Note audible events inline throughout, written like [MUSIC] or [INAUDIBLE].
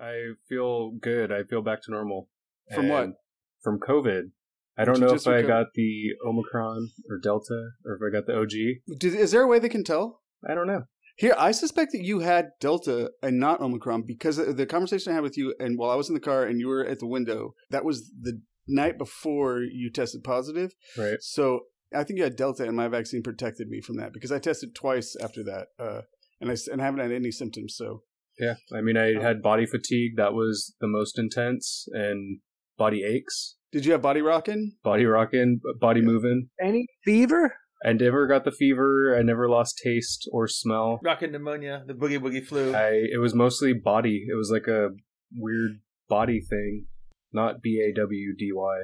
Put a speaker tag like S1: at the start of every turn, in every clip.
S1: I feel good. I feel back to normal.
S2: From what?
S1: And From COVID. I don't
S2: you
S1: know
S2: just
S1: if I
S2: recover?
S1: got the Omicron or Delta or if I got the OG.
S2: Did, is there a way they can tell?
S1: I don't know.
S2: Here, I suspect that you had Delta and not Omicron because the- the conversation I had with you, and while I was in the car and you were at the window, that was the night before you tested positive.
S1: Right.
S2: So I think you had Delta, and my vaccine protected me from that because I tested twice after that, uh, and I s- and I haven't had any symptoms. So
S1: Yeah. I mean,
S2: Oh.
S1: I had body fatigue. That was the most intense and body aches,
S2: did you have body rocking?
S1: body rocking, body
S2: Yeah.
S1: moving.
S3: Any fever?
S1: I never got the fever. I never lost taste or smell.
S4: Rockin' pneumonia, the boogie woogie flu.
S1: I it was mostly body. It was like a weird body thing, not B A W D Y.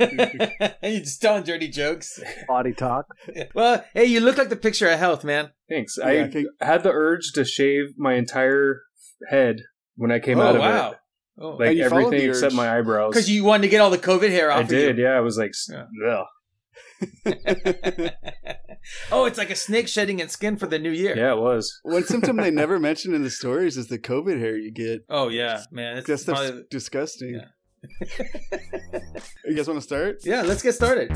S4: and [LAUGHS] you just telling dirty jokes.
S3: Body talk.
S4: [LAUGHS] well, hey, you look like the picture of health, man.
S1: Thanks.
S2: Yeah,
S1: I
S2: think
S1: had the urge to shave my entire head when I came
S4: oh,
S1: out of
S4: wow.
S1: it.
S4: Oh.
S1: Like
S2: And you followed
S1: everything
S2: the
S1: except
S2: urge.
S1: my eyebrows.
S4: Because you wanted to get all the COVID hair off.
S1: I
S4: of
S1: did,
S4: you.
S1: yeah. I was like, s-
S4: Yeah.
S1: ugh.
S4: [LAUGHS] oh, it's like a snake shedding its skin for the new year.
S1: yeah, it was.
S2: One symptom they never mention in the stories is the COVID hair you get.
S4: Oh yeah, man. It's
S2: That stuff's
S4: probably-
S2: disgusting.
S4: yeah. [LAUGHS]
S2: you guys want to start?
S4: yeah, let's get started.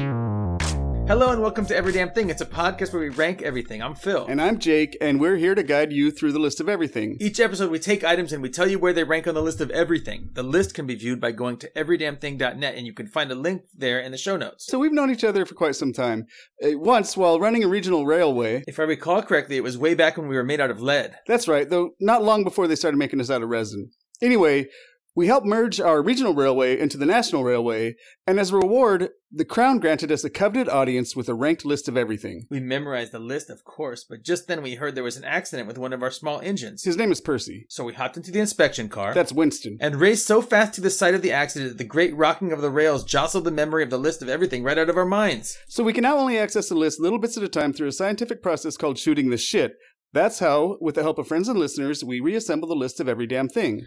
S4: Hello and welcome to Every Damn Thing. It's a podcast where we rank everything. I'm Phil.
S2: And I'm Jake, and we're here to guide you through the list of everything.
S4: Each episode, we take items and we tell you where they rank on the list of everything. The list can be viewed by going to everydamnthing.net, and you can find a link there in the show notes.
S2: So we've known each other for quite some time. Uh, Once, while running a regional railway,
S4: If I recall correctly, it was way back when we were made out of lead.
S2: that's right, though not long before they started making us out of resin. Anyway, we helped merge our regional railway into the national railway, and as a reward, the crown granted us a coveted audience with a ranked list of everything.
S4: We memorized the list, of course, but just then we heard there was an accident with one of our small engines.
S2: His name is Percy.
S4: So we hopped into the inspection car
S2: That's Winston.
S4: and raced so fast to the site of the accident that the great rocking of the rails jostled the memory of the list of everything right out of our minds.
S2: So we can now only access the list little bits at a time through a scientific process called shooting the shit. That's how, with the help of friends and listeners, we reassemble the list of every damn thing.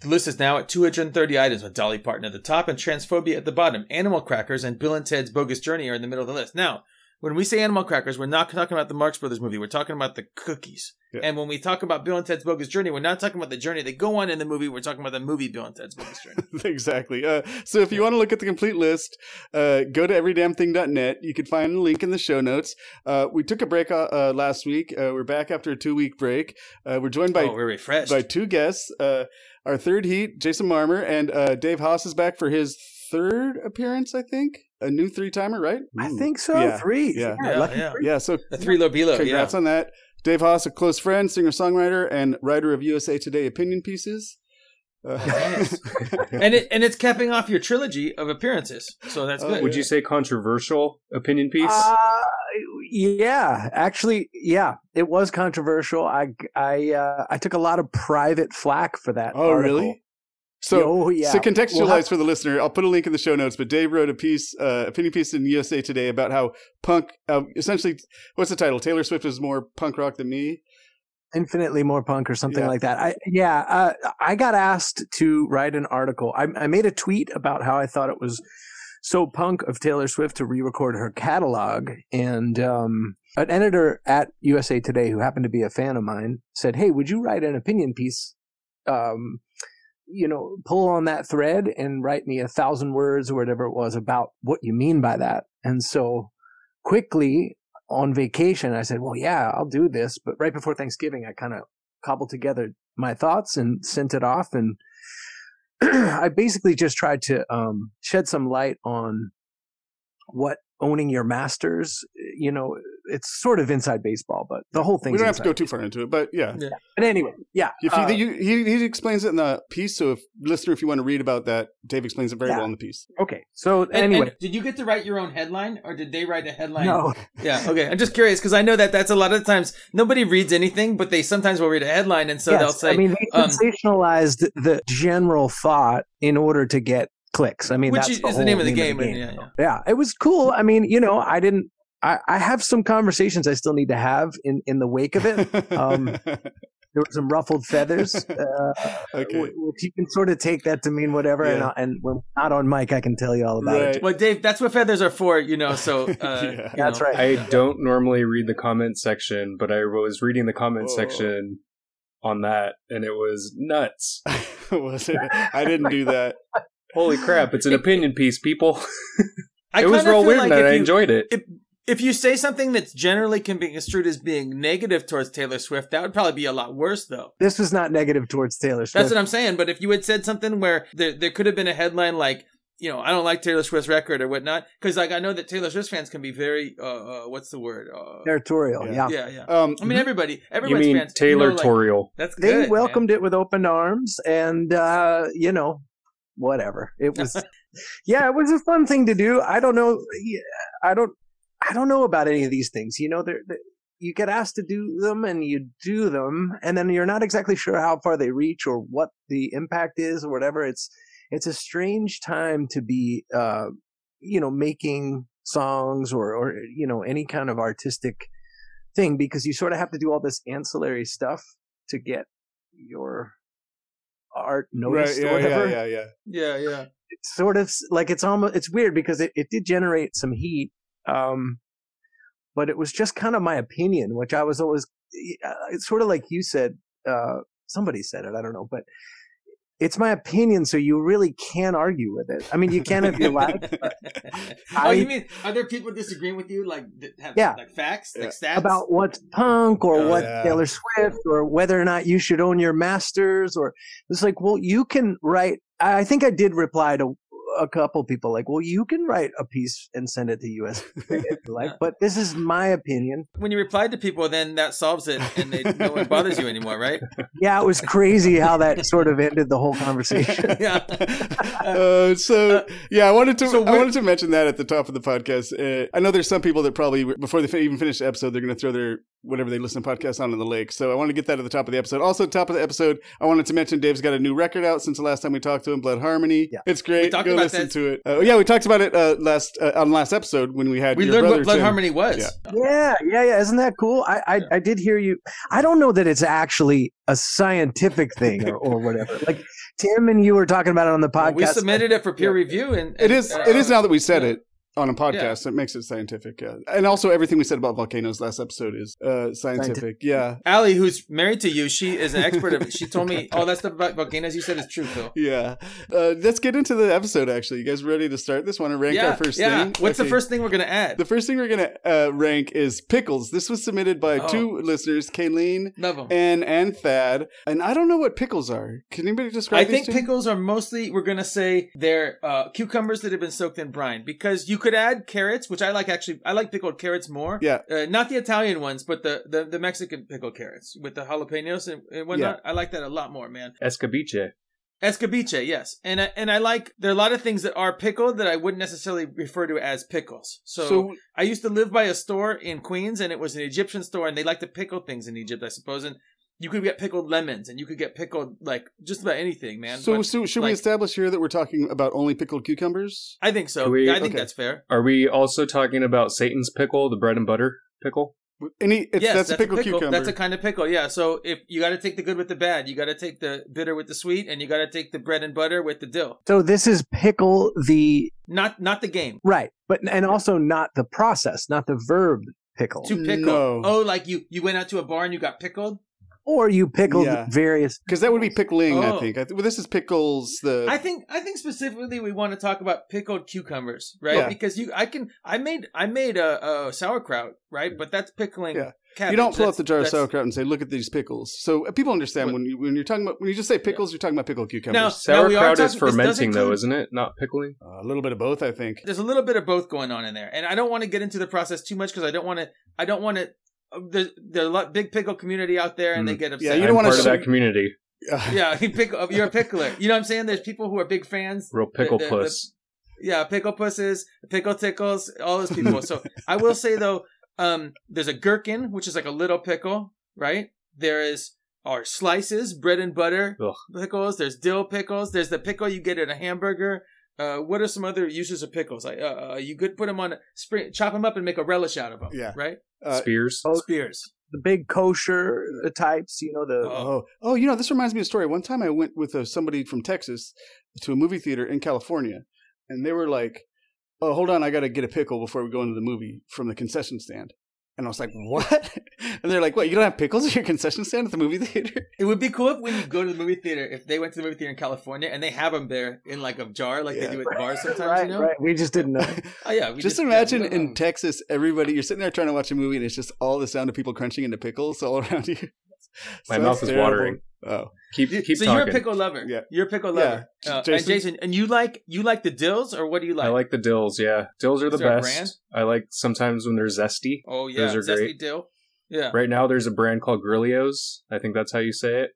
S4: The list is now at 230 items with Dolly Parton at the top and Transphobia at the bottom. Animal Crackers and Bill and Ted's Bogus Journey are in the middle of the list. Now, when we say Animal Crackers, we're not talking about the Marx Brothers movie. We're talking about the cookies.
S2: Yeah.
S4: And when we talk about Bill and Ted's Bogus Journey, we're not talking about the journey they go on in the movie. We're talking about the movie Bill and Ted's Bogus Journey.
S2: exactly. Uh, so if you want to look at the complete list, uh, go to everydamnthing.net. You can find a link in the show notes. Uh, we took a break uh, uh, last week. Uh, we're back after a two week break. Uh, we're joined [LAUGHS] by
S4: oh, we're refreshed.
S2: by two guests. Uh, our third heat, Jason Marmer, and uh, Dave Haas is back for his third appearance. I think a new three timer, right?
S3: I
S2: Ooh.
S3: think so.
S2: Yeah,
S3: Three.
S2: yeah.
S4: Yeah,
S3: lucky
S4: yeah.
S3: three.
S2: Yeah. So
S4: the Three Low Below. Oh, Yeah.
S2: Congrats on that. Dave Haas, a close friend, singer songwriter, and writer of USA Today opinion pieces. Uh, [LAUGHS]
S4: Yes. and it and it's capping off your trilogy of appearances. So that's
S2: Oh,
S4: good.
S1: Would you say controversial opinion piece?
S3: Uh, yeah, actually, yeah, it was controversial. I I uh, I took a lot of private flack for that.
S2: oh,
S3: article.
S2: really? So,
S3: oh, yeah.
S2: to contextualize
S3: We'll have-
S2: for the listener, I'll put a link in the show notes. But Dave wrote a piece, uh, opinion piece in USA Today about how punk, um, essentially, what's the title? Taylor Swift is more punk rock than me.
S3: infinitely more punk or something
S2: Yeah.
S3: like that. I yeah, uh, I got asked to write an article. I, I made a tweet about how I thought it was so punk of Taylor Swift to re-record her catalog, and um, an editor at USA Today who happened to be a fan of mine said, "Hey, would you write an opinion piece?" Um, you know, pull on that thread and write me a thousand words or whatever it was about what you mean by that. And so quickly on vacation, I said, "Well, yeah, I'll do this." But right before Thanksgiving, I kind of cobbled together my thoughts and sent it off, and [CLEARS THROAT] I basically just tried to um, shed some light on what owning your masters. You know, it's sort of inside baseball, but the whole thing.
S2: We don't have to go too far into it, but yeah.
S3: But anyway, yeah.
S2: If
S3: uh,
S2: you, you, he, he explains it in the piece, so if listener, if you want to read about that, Dave explains it very
S3: Yeah.
S2: well in the piece.
S3: okay. So
S4: And- and
S3: anyway,
S4: did you get to write your own headline, or did they write a headline?
S3: no.
S4: Yeah. [LAUGHS] Okay. I'm just curious because I know that that's a lot of times nobody reads anything, but they sometimes will read a headline, and so they'll
S3: Yes,
S4: say,
S3: I mean, they
S4: um,
S3: sensationalized the general thought in order to get clicks. I mean,
S4: which
S3: that's
S4: is,
S3: the
S4: is the name of
S3: whole
S4: the game. and- yeah, yeah.
S3: yeah it was cool i mean you know i didn't
S4: [LAUGHS]
S2: [LAUGHS]
S3: i, I have some conversations i still need to have in in the wake of it um, there were some ruffled feathers. Uh,
S2: okay.
S3: wh- Which you can sort of take that to mean whatever, and,
S2: Yeah.
S3: I- and when not on mic, I can tell you all about it.
S2: Right.
S4: Well, Dave, that's what feathers are for, you know. So uh,
S2: Yeah.
S4: you know.
S3: That's right.
S1: I don't normally read the comment section, but I was reading the comment
S2: Whoa.
S1: section on that, and it was nuts.
S2: [LAUGHS] Was it? I didn't do that.
S1: Holy crap! It's an opinion piece, people.
S4: I
S1: it was
S4: kinda
S1: real
S4: feel
S1: weird,
S4: like
S1: and I
S4: if you-
S1: enjoyed it.
S4: if you say something that's generally can be construed as being negative towards Taylor Swift, that would probably be a lot worse, though.
S3: This was not negative towards Taylor Swift.
S4: That's what I'm saying. But if you had said something where there, there could have been a headline like, you know, I don't like Taylor Swift's record or whatnot, because like I know that Taylor Swift fans can be very, uh, uh what's the word? Uh,
S3: territorial.
S2: Yeah.
S3: Yeah.
S4: yeah, yeah.
S2: Um,
S4: I mean, everybody,
S1: You
S4: everyone's
S1: mean
S4: fans. you know,
S1: Taylor
S4: like,
S1: Toriel?
S4: That's
S3: They
S4: good. man.
S3: welcomed it with open arms, and uh, you know, whatever. It
S4: [LAUGHS]
S3: was, yeah, it was a fun thing to do. I don't know. yeah, I don't. I don't know about any of these things. You know, they're, they you get asked to do them, and you do them, and then you're not exactly sure how far they reach or what the impact is or whatever. It's it's a strange time to be, uh, you know, making songs or or you know any kind of artistic thing because you sort of have to do all this ancillary stuff to get your art
S2: right.
S3: noticed
S2: Yeah,
S3: or whatever.
S2: yeah, yeah, yeah.
S4: Yeah,
S2: [LAUGHS]
S4: yeah.
S3: It's sort of s- like it's almost it's weird because it, it did generate some heat, um, but it was just kind of my opinion, which I was always uh, it's sort of like you said, uh, somebody said it, I don't know, but it's my opinion, so you really can't argue with it. I mean, you can if you like.
S4: oh,
S3: I-
S4: you mean are there people disagreeing with you, like that have
S3: Yeah.
S4: like facts,
S2: Yeah.
S4: like stats
S3: about what's punk or
S4: Oh,
S3: what
S2: yeah.
S3: Taylor Swift or whether or not you should own your masters or it's like, well, you can write. I I think I did reply to a couple people like, well, you can write a piece and send it to US [LAUGHS]
S4: [LAUGHS]
S3: if you like,
S4: Yeah.
S3: but this is my opinion.
S4: when you replied to people, then that solves it, and they, no one bothers you
S2: [LAUGHS]
S4: anymore, right? [LAUGHS]
S3: Yeah, it was crazy how that sort of ended the whole conversation.
S4: Yeah.
S2: [LAUGHS] uh, so yeah, I wanted to
S4: so
S2: I
S4: we're-
S2: wanted to mention that at the top of the podcast. Uh, I know there's some people that probably before they fin- even finish the episode, they're going to throw their whatever they listen to podcasts on in the lake. So I wanted to get that at the top of the episode. Also, top of the episode, I wanted to mention Dave's got a new record out since the last time we talked to him, Blood Harmony.
S3: Yeah.
S2: It's great.
S4: We talked
S2: Go
S4: about
S2: listen
S4: that.
S2: to it. Uh, yeah, we talked about it uh, last uh, on last episode when we had
S4: We
S2: your
S4: learned
S2: brother,
S4: what blood
S2: Tim.
S4: harmony was.
S2: Yeah.
S3: Yeah, yeah, yeah. Isn't that cool? I, I,
S4: Yeah.
S3: I did hear you. I don't know that it's actually a scientific thing or, or whatever. Like Tim and you were talking about it on the podcast.
S4: Well, Uh, we submitted it for peer review, and,
S2: It
S4: and,
S2: is.
S4: uh,
S2: it is now that we said
S4: yeah.
S2: it on a podcast. It makes it scientific. Yeah. And also, everything we said about volcanoes last episode is uh, scientific. Yeah.
S4: Allie, who's married to you, she is an expert of it. She told me all that stuff about volcanoes you said is true, Phil.
S2: Yeah. Uh, let's get into the episode, actually. You guys ready to start this one and rank
S4: yeah,
S2: our first
S4: yeah.
S2: thing?
S4: What's the
S2: Okay.
S4: first thing we're gonna add?
S2: The first thing we're going to uh, rank is pickles. This was submitted by
S4: Oh.
S2: two listeners, Kayleen
S4: Love 'em.
S2: and and Thad. And I don't know what pickles are. Can anybody describe
S4: I
S2: these
S4: think
S2: two?
S4: pickles are mostly we're gonna say they're uh, cucumbers that have been soaked in brine because you could add carrots, which I like actually. I like pickled carrots more.
S2: Yeah.
S4: uh, not the Italian ones, but the, the the Mexican pickled carrots with the jalapenos and, and whatnot. I like that a lot more, man.
S1: Escabeche.
S4: Escabeche, yes, and I, and I like there are a lot of things that are pickled that I wouldn't necessarily refer to as pickles.
S2: So,
S4: I used to live by a store in Queens, and it was an Egyptian store, and they like to pickle things in Egypt, I suppose. And you could get pickled lemons, and you could get pickled like just about anything, man.
S2: so,
S4: But
S2: so should we
S4: like-
S2: establish here that we're talking about only pickled cucumbers?
S4: I think so.
S1: Can we-
S4: I think
S2: okay.
S4: that's fair.
S1: Are we also talking about Satan's pickle, the bread and butter pickle?
S2: Any, it's,
S4: yes,
S2: that's, a pickled cucumber.
S4: That's a kind of pickle, yeah. So if you got to take the good with the bad, you got to take the bitter with the sweet, and you got to take the bread and butter with the dill.
S3: So this is pickle the
S4: Not not the game
S3: right, but and also not the process, not the verb pickle,
S4: to pickle.
S2: No.
S4: Oh, like you you went out to a bar and you got pickled.
S3: or you pickled
S2: Yeah.
S3: various.
S2: Because that would be pickling, I
S4: Oh.
S2: think. I th- well, this is pickles. The
S4: I think I think specifically we want to talk about pickled cucumbers, right?
S2: Yeah.
S4: Because you, I can, I made, I made a, a sauerkraut, right? But that's pickling.
S2: Yeah.
S4: Cabbage.
S2: you don't pull out
S4: That's-
S2: the jar of
S4: that's-
S2: sauerkraut and say, "Look at these pickles." So uh, people understand
S4: What-
S2: when you when you're talking about when you just say pickles, you're talking about pickled
S4: Now,
S2: cucumbers.
S4: now we are
S1: Sauerkraut is
S4: talking- this does
S1: fermenting, though,
S4: include-
S1: isn't it? Not pickling.
S2: Uh, a little bit of both, I think. [LAUGHS]
S4: There's a little bit of both going on in there, and I don't want to get into the process too much because I don't want to. I don't want to. There's, there's a lot big pickle community out there, and
S1: Mm.
S4: they get
S2: Yeah,
S4: upset.
S2: you don't
S1: I'm
S2: wanna
S1: part of
S2: assume-
S1: that community.
S4: yeah, you pick, you're a pickler. You know what I'm saying? There's people who are big fans.
S1: Real
S4: The-
S1: pickle
S4: the- the-
S1: puss.
S4: yeah, pickle pusses, pickle tickles, all those people. so I will say though, um, there's a gherkin, which is like a little pickle, right? There is our slices, bread and butter
S1: Ugh.
S4: pickles. There's dill pickles. There's the pickle you get at a hamburger. Uh, what are some other uses of pickles? Like, uh, uh, you could put them on a spring, chop them up and make a relish out of them.
S2: Yeah.
S4: Right.
S2: Uh,
S1: Spears.
S3: Oh,
S4: Spears.
S3: the big kosher uh, types, you know, the
S2: Oh, oh, you know, this reminds me of a story. One time I went with uh, somebody from Texas to a movie theater in California, and they were like, "Oh, hold on, I got to get a pickle before we go into the movie from the concession stand." And I was like, "What?" [LAUGHS] And they're like, "What? You don't have pickles at your concession stand at the movie theater?"
S4: It would be cool if when you go to the movie theater, if they went to the movie theater in California and they have them there in like a jar, like
S2: Yeah.
S4: they do at bars sometimes,
S3: right,
S4: you know?
S3: right. We
S4: [LAUGHS]
S3: just
S2: [LAUGHS]
S3: didn't know.
S4: Oh yeah. we
S2: just,
S4: yeah, we um,
S2: imagine
S4: don't
S2: in
S4: know.
S2: Texas, everybody you're sitting there trying to watch a movie, and it's just all the sound of people crunching into pickles all [LAUGHS] around you.
S1: My
S2: Sounds
S1: mouth is
S2: terrible.
S1: watering.
S2: Oh,
S1: Keep keep
S4: so
S1: talking.
S4: you're a pickle lover.
S2: Yeah.
S4: You're a pickle
S2: Yeah.
S4: lover. Uh, and
S2: Jason?
S4: Jason, and you like you like the dills or what do you like?
S1: I like the dills. Yeah, dills are
S4: Is
S1: the
S4: there a brand?
S1: best. I like sometimes when they're zesty.
S4: Oh yeah,
S1: Those are
S4: zesty
S1: great.
S4: dill. Yeah.
S1: Right now, there's a brand called Grillios. I think that's how you say it.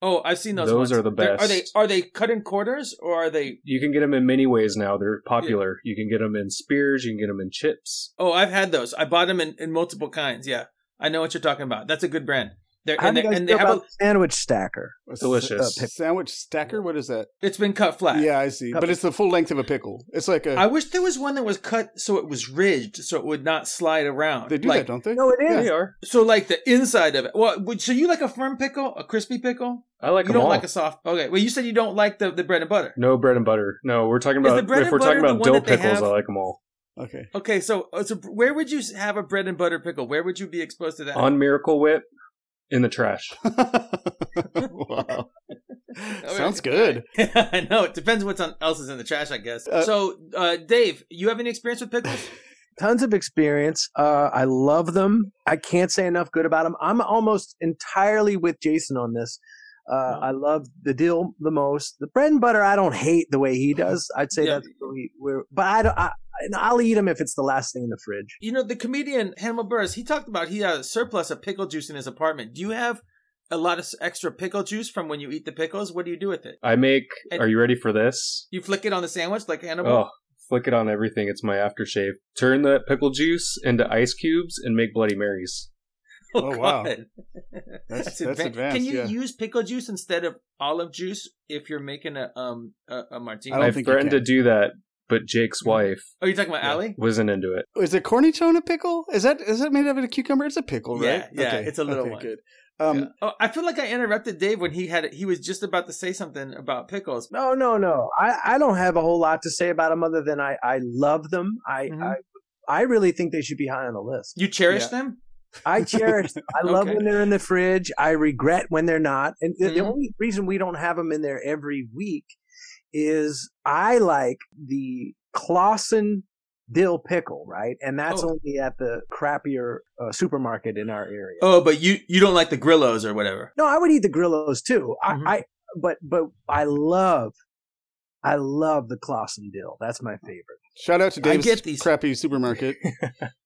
S4: Oh, I've seen those.
S1: Those
S4: ones.
S1: are the
S4: They're- Are they
S1: best.
S4: are they cut in quarters or are they?
S1: You can get them in many ways now. They're popular. You can get them in spears. You can get them in chips.
S4: Oh, I've had those. I bought them in, in multiple kinds. Yeah, I know what you're talking about. That's a good brand. They're,
S3: How
S4: and
S3: do
S4: they,
S3: you guys
S4: and they
S3: feel
S4: have
S3: about
S4: a,
S3: sandwich stacker?
S2: a s-
S1: Delicious.
S3: Uh,
S2: sandwich stacker. What is that?
S4: it's been cut flat.
S2: Yeah, I see. But it's the full length of a pickle. It's like a.
S4: I wish there was one that was cut so it was ridged, so it would not slide around.
S2: they do
S4: like,
S2: that, don't they?
S3: No, it is.
S1: They are.
S4: So like the inside of it. Well, would- so you like a firm pickle, a crispy pickle?
S1: I like
S4: you
S1: them
S4: don't
S1: all.
S4: like a soft. Okay. Well, you said you don't like the, the bread and butter.
S1: no bread and butter. No, we're talking
S4: Is
S1: about
S4: the bread
S1: if
S4: and
S1: we're talking
S4: butter the
S1: about dill
S4: one that they
S1: pickles.
S4: have?
S1: I like them all.
S2: Okay. [LAUGHS]
S4: Okay, so uh, so where would you have a bread and butter pickle? Where would you be exposed to that?
S1: On Miracle Whip, in the trash.
S4: [LAUGHS]
S2: wow. Sounds good.
S4: [LAUGHS] I know. It depends what's on else is in the trash, I guess.
S2: Uh,
S4: so, uh, Dave, you have any experience with pickles?
S3: Tons of experience. Uh, I love them. I can't say enough good about them. I'm almost entirely with Jason on this. Uh, I love the dill the most. The bread and butter, I don't hate the way he does. I'd say
S4: Yeah.
S3: that's where we, we're, but I don't. I, and I'll eat them if it's the last thing in the fridge.
S4: You know, the comedian Hannibal Burris, he talked about he had a surplus of pickle juice in his apartment. Do you have a lot of s- extra pickle juice from when you eat the pickles? What do you do with it?
S1: I make.
S4: And-
S1: are you ready for this?
S4: You flick it on the sandwich like Hannibal?
S1: Oh,
S4: [LAUGHS]
S1: flick it on everything. It's my aftershave. Turn that pickle juice into ice cubes and make Bloody Marys.
S2: oh, wow.
S4: [LAUGHS]
S2: That's,
S4: That's
S2: that's,
S4: advan-
S2: advanced.
S4: Can you
S2: yeah.
S4: use pickle juice instead of olive juice if you're making a um a, a martini?
S2: I don't
S1: I
S2: think you
S1: threatened to
S2: can.
S1: do that, but Jake's wife
S4: oh, you're talking about
S2: Yeah.
S4: Ali?
S1: wasn't into it.
S2: is it cornichon a pickle? Is that is that made out of a cucumber? It's a pickle,
S4: Yeah,
S2: right?
S4: yeah, it's a little one.
S2: Good. Um,
S4: Yeah. Oh, I feel like I interrupted Dave when he had he was just about to say something about pickles.
S3: No, no, no. I, I don't have a whole lot to say about them other than I, I love them. I,
S4: Mhm.
S3: I I really think they should be high on the list.
S4: You cherish
S2: Yeah.
S4: them?
S3: I cherish them. I love
S4: Okay.
S3: when they're in the fridge. I regret when they're not. And the, the
S4: Mhm.
S3: only reason we don't have them in there every week is I like the Clausen dill pickle, right? And that's
S4: Oh.
S3: only at the crappier uh, supermarket in our area.
S4: Oh, but you you don't like the Grillos or whatever.
S3: No, I would eat the Grillos too.
S4: Mhm.
S3: I, I but but I love I love the Clausen dill. That's my favorite.
S2: Shout out to
S4: I
S2: Dave's
S4: get these.
S2: crappy supermarket.
S4: [LAUGHS]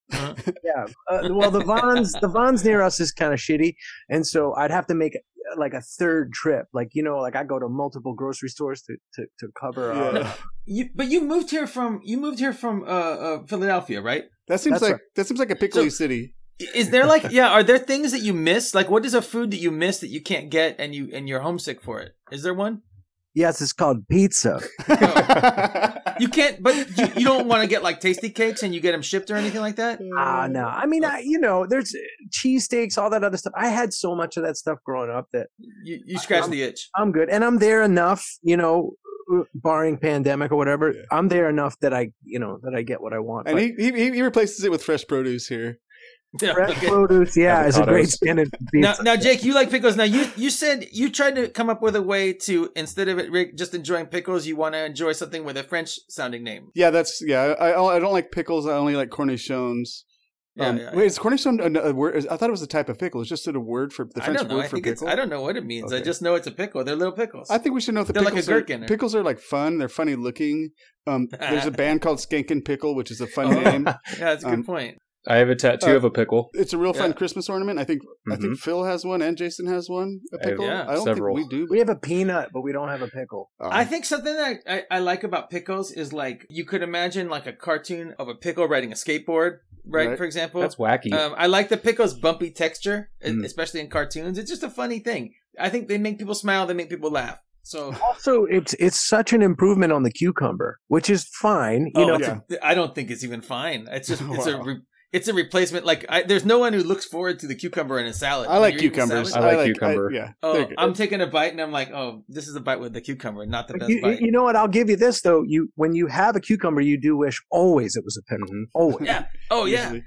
S3: Yeah. Uh, well, the Vons the Vons near us is kind of shitty, and so I'd have to make uh, like a third trip. Like you know, like I go to multiple grocery stores to to, to cover. Our,
S2: Yeah.
S4: You, but you moved here from you moved here from uh, uh Philadelphia, right?
S2: That seems
S3: That's
S2: like
S3: right.
S2: that seems like a pickly
S4: [LAUGHS]
S2: city.
S4: I- Is there
S2: [LAUGHS]
S4: like yeah, are there things that you miss? Like what is a food that you miss that you can't get and you and you're homesick for it? Is there one?
S3: Yes, it's called pizza.
S2: [LAUGHS]
S4: You can't but you, you don't want to get like tasty cakes and you get them shipped or anything like that?
S3: Ah, no. I mean, I, you know, there's uh, cheesesteaks, all that other stuff. I had so much of that stuff growing up that
S4: You you scratch the itch.
S3: I'm good, and I'm there enough, you know, barring pandemic or whatever.
S2: Yeah.
S3: I'm there enough that I, you know, that I get what I want.
S2: and
S3: But
S2: he, he he replaces it with fresh produce here.
S4: Yeah,
S3: fresh
S4: [LAUGHS] okay.
S3: produce, yeah, is a great
S1: Avocados.
S3: standard. for
S4: Now,
S3: pizza.
S4: now, Jake, you like pickles. Now, you you said you tried to come up with a way to instead of it Rick, just enjoying pickles, you want to enjoy something with a French sounding name.
S2: Yeah, that's yeah. I I I don't like pickles. I only like cornichons.
S4: Yeah,
S2: um,
S4: yeah,
S2: wait, is cornichon a, a word? I thought it was a type of pickle. It's just a word for the
S4: I
S2: French
S4: don't know.
S2: word
S4: I
S2: for
S4: think it's.
S2: pickle.
S4: I don't know what it means. I
S2: Okay.
S4: just know it's a pickle. They're little pickles.
S2: I think we should know if the
S4: They're like a
S2: pickles
S4: gherkin
S2: are
S4: or-
S2: pickles are like fun. They're funny looking. Um,
S4: [LAUGHS]
S2: there's a band called Skankin' Pickle, which is a fun
S4: Oh.
S2: name.
S4: yeah, that's a
S2: um,
S4: good point.
S1: I have a tattoo
S2: Uh,
S1: of a pickle.
S2: It's a real fun
S4: [LAUGHS] Yeah.
S2: Christmas ornament. I think I think Phil has one and Jason has one. A
S1: Mm-hmm. I have
S2: pickle.
S4: Yeah.
S2: I don't
S1: several.
S2: think we do.
S3: we have a peanut, but we don't have a pickle.
S2: but-
S4: I think something that I, I like about pickles is like you could imagine like a cartoon of a pickle riding a skateboard, right?
S2: Right.
S4: For example,
S1: That's wacky.
S2: uh,
S4: um, I like the pickle's bumpy texture, e-
S1: Mm.
S4: especially in cartoons. It's just a funny thing. I think they make people smile. They make people laugh. So
S3: Also, it's it's such an improvement on the cucumber, which is fine. You
S4: oh,
S3: know,
S4: it's
S2: yeah.
S4: a- I don't think it's even fine. It's just it's a
S2: Wow.
S4: re- It's a replacement. Like, I, there's no one who looks forward to the cucumber in a salad.
S2: I
S4: When
S2: like
S4: you're eating
S2: cucumbers.
S1: I
S4: salad-
S1: like cucumber.
S2: yeah. they're
S4: Oh,
S2: good.
S4: I'm taking a bite and I'm like, oh, this is a bite with the cucumber, not the best
S3: You,
S4: bite.
S3: you know what? I'll give you this though. You when you have a cucumber, you do wish always it was a pinwheel. Always.
S4: Yeah. oh yeah.
S2: Usually.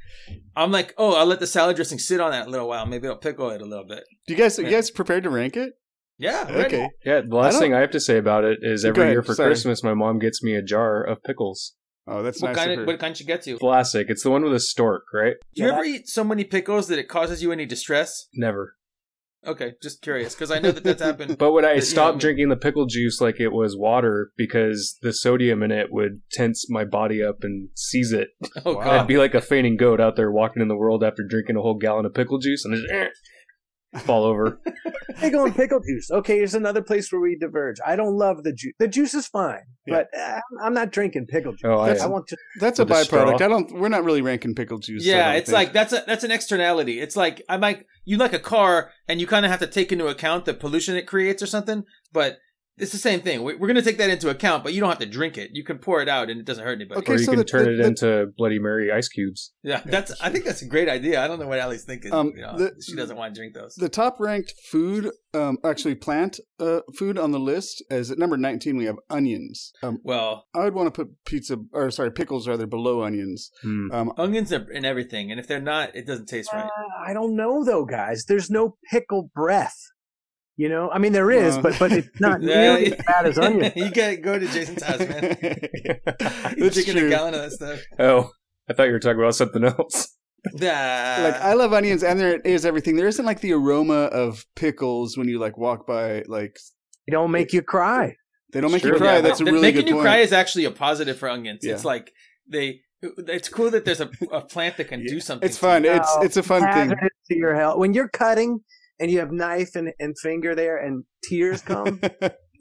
S4: I'm like, oh, I'll let the salad dressing sit on that a little while. Maybe I'll pickle it a little bit.
S2: Do you guys you guys prepared to rank it?
S4: Yeah. right.
S2: Okay.
S1: Yeah, the
S2: I
S1: last
S2: don't-
S1: thing I have to say about it is
S2: Go
S1: every
S2: ahead,
S1: year for
S2: sorry.
S1: Christmas, my mom gets me a jar of pickles.
S2: Oh, that's
S4: What
S2: nice.
S4: kind
S2: of her.
S4: of what kind should get you? Do
S1: Classic. It's the one with a stork, right?
S4: you ever eat so many pickles that it causes you any distress?
S1: Never.
S4: Okay, just curious because I know that that's happened. [LAUGHS]
S1: But when I
S2: Uh,
S4: Yeah,
S1: stopped
S4: me-
S1: drinking the pickle juice like it was water because the sodium in it would tense my body up and seize it.
S4: Oh
S2: Wow.
S1: I'd
S4: god,
S1: be like a fainting goat out there walking in the world after drinking a whole gallon of pickle juice and just eh, fall
S2: [LAUGHS]
S1: over.
S3: Pickle and pickle juice. Okay, here's another place where we diverge. I don't love the juice. The juice is fine,
S2: Yeah.
S3: but uh, I'm not drinking pickle juice.
S1: Oh, I
S2: That's-
S3: I
S1: am.
S3: want to.
S2: That's a
S1: With a straw.
S2: byproduct. I don't. We're not really ranking pickle juice. I
S4: yeah,
S2: don't
S4: it's
S2: think.
S4: like that's a that's an externality. It's like I'm like you like a car and you kind of have to take into account the pollution it creates or something. But it's the same thing. We- We're going to take that into account, but you don't have to drink it. You can pour it out and it doesn't hurt anybody.
S2: Okay,
S1: or you
S2: so
S1: can
S2: the-
S1: turn
S2: the-
S1: it
S2: the-
S1: into Bloody Mary ice cubes.
S4: Yeah, that's. I think that's a great idea. I don't know what Ali's thinking.
S2: Um,
S4: you know,
S2: the-
S4: she doesn't want to drink those.
S2: the top ranked food, um, actually plant uh, food on the list is at number nineteen. We have onions. Um,
S4: well,
S2: I would want to put pizza or sorry pickles rather below onions. [LAUGHS]
S1: Hmm.
S2: Um,
S4: onions are in everything, and if they're not, it doesn't taste right.
S3: Uh, I don't know though, guys. There's no pickle breath. You know, I mean there is,
S2: Well.
S3: but but it's not
S4: Yeah,
S3: nearly as bad as
S4: [LAUGHS]
S3: onion.
S4: you gotta go to Jason's house, man.
S2: [LAUGHS]
S4: You're
S2: That's
S4: drinking a
S2: true.
S4: gallon of that stuff.
S1: Oh, I thought you were talking about something
S2: [LAUGHS]
S1: else.
S4: Nah.
S2: like I love onions, and there it is everything. There isn't like the aroma of pickles when you like walk by. Like
S3: They don't make you cry.
S2: they don't make you
S1: Sure.
S2: cry.
S1: Yeah,
S2: That's a
S4: Th-
S2: really
S4: making
S2: good
S4: you
S2: point.
S4: cry is actually a positive for onions.
S2: Yeah.
S4: It's like they. It's cool that there's a, a plant that can do something.
S2: it's fun.
S3: No,
S2: It's it's a fun thing.
S3: Hazardous to your health. When you're cutting and you have knife and, and finger there and tears come.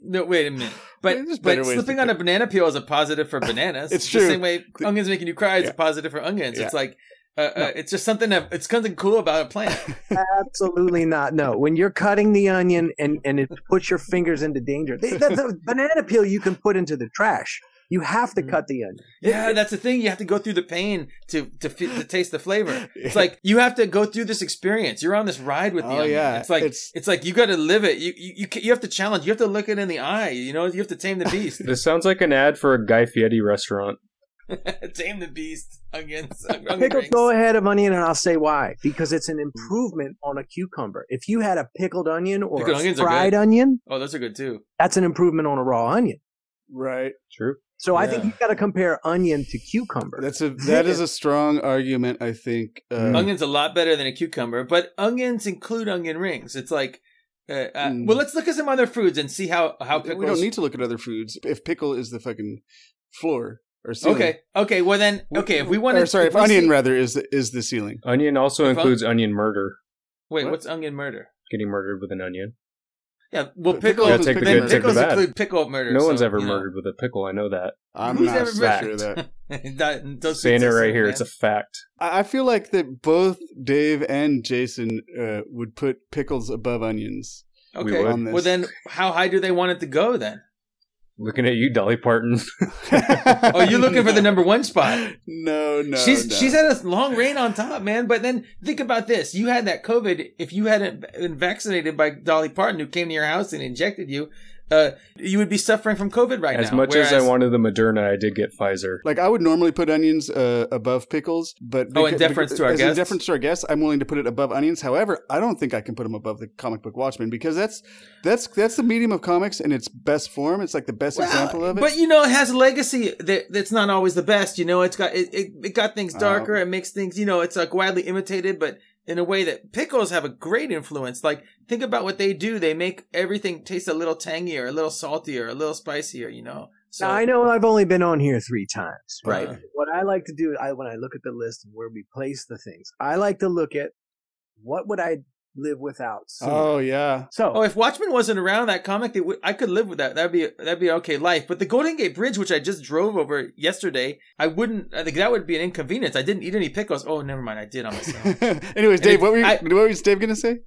S4: No, wait
S2: [LAUGHS]
S4: a minute. But,
S2: There's better
S4: but
S2: ways to
S4: slipping
S2: do
S4: on a banana peel is a positive for bananas.
S2: [LAUGHS] It's
S4: The
S2: true.
S4: same way onions making you cry is
S2: Yeah.
S4: a positive for onions.
S2: Yeah.
S4: It's like uh, uh, it's just something that it's something cool about
S2: [LAUGHS]
S4: a plant.
S3: Absolutely not. No, when you're cutting the onion and and it puts your fingers into danger, they, that's a banana peel you can put into the trash. You have to cut the onion.
S4: yeah, that's the thing. You have to go through the pain to to fe- to taste the flavor. It's like you have to go through this experience. You're on this ride
S2: [LAUGHS]
S4: with the
S2: Oh,
S4: onion.
S2: yeah.
S4: It's like it's,
S2: It's-
S4: like you got to live it. You, you you ca- you have to challenge. You have to look it in the eye. You know, you have to tame the beast.
S1: This sounds like an ad for a Guy Fieri restaurant.
S4: [LAUGHS] tame the beast
S2: [LAUGHS]
S4: against onion
S3: Pickled
S4: rings.
S3: go ahead of onion, and I'll say why. Because it's an improvement on a cucumber. If you had a pickled onion or
S4: Pickled
S3: a
S4: onions are
S3: fried
S4: good.
S3: onion,
S4: Oh, those are good too.
S3: that's an improvement on a raw onion.
S2: right.
S1: True.
S3: So I think
S4: Yeah.
S3: you got to compare onion to cucumber.
S2: That's a that is a strong argument. I think. Uh,
S4: Onion's a lot better than a cucumber, but onions include onion rings. It's like, uh, uh,
S2: Mm.
S4: well, let's look at some other foods and see how how pickles.
S2: We don't need to look at other foods if pickle is the fucking floor or ceiling.
S4: okay, okay. Well then, okay. If we want
S2: Or
S4: to,
S2: sorry, if onion rather is the, is the ceiling.
S1: Onion also
S4: If I-
S1: includes onion murder,
S4: Wait,
S2: What?
S4: what's onion murder?
S1: getting murdered with an onion.
S4: Yeah, well,
S2: But pickle
S4: pickle.
S1: Gotta take the
S2: pickle
S1: good, take the
S2: murder.
S4: Then pickles
S1: bad.
S4: include pickle murder.
S1: No
S4: so,
S1: one's ever
S4: you know. [LAUGHS]
S1: murdered with a pickle. I know that.
S2: I'm
S4: Who's
S2: not
S4: ever
S2: so
S1: murdered?
S2: sure of
S4: [LAUGHS]
S2: that.
S4: That- those
S1: Saying it
S4: things are
S1: right
S4: so
S1: here,
S4: bad.
S1: it's a fact.
S2: I I feel like that both Dave and Jason uh, would put pickles above onions.
S1: we
S4: okay.
S1: would.
S2: on this.
S4: Well then, how high do they want it to go then?
S1: Looking at you, Dolly Parton.
S4: Oh, you're
S2: [LAUGHS]
S4: looking for the number one spot.
S2: No, no.
S4: she's
S2: no.
S4: she's had a long reign on top, man. But then think about this: you had that COVID. If you hadn't been vaccinated by Dolly Parton, who came to your house and injected you, uh, you would be suffering from COVID right
S1: as
S4: now.
S1: much as I
S4: Whereas-
S1: wanted the Moderna, I did get Pfizer.
S2: Like I would normally put onions uh, above pickles, but
S4: Oh, in
S2: becau-
S4: deference
S2: becau-
S4: to our
S2: as
S4: guests?
S2: in deference to our guests, I'm willing to put it above onions. However, I don't think I can put them above the comic book Watchmen because that's that's that's the medium of comics in its best form. It's like the best
S4: Well,
S2: example of it.
S4: But you know, it has a legacy that that's not always the best. You know, it's got it, it, it got things darker. it makes things, you know, it's like widely imitated, but in a way that pickles have a great influence. Like, think about what they do. They make everything taste a little tangier, a little saltier, a little spicier. You know. So
S3: Now, I know I've only been on here three times.
S4: Right.
S3: but What I like to do, I when I look at the list and where we place the things, I like to look at what would I live without. sooner.
S2: oh yeah, [LAUGHS]
S3: so
S4: Oh, if Watchmen wasn't around, that comic, they would, I could live with that. That'd be that'd be okay life. But the Golden Gate Bridge, which I just drove over yesterday, I wouldn't. I think that would be an inconvenience. I didn't eat any pickles. Oh, never mind. I did on
S2: [LAUGHS]
S4: myself.
S2: Anyways, Dave,
S4: it-
S2: what were you,
S4: I-
S2: what was Dave gonna say?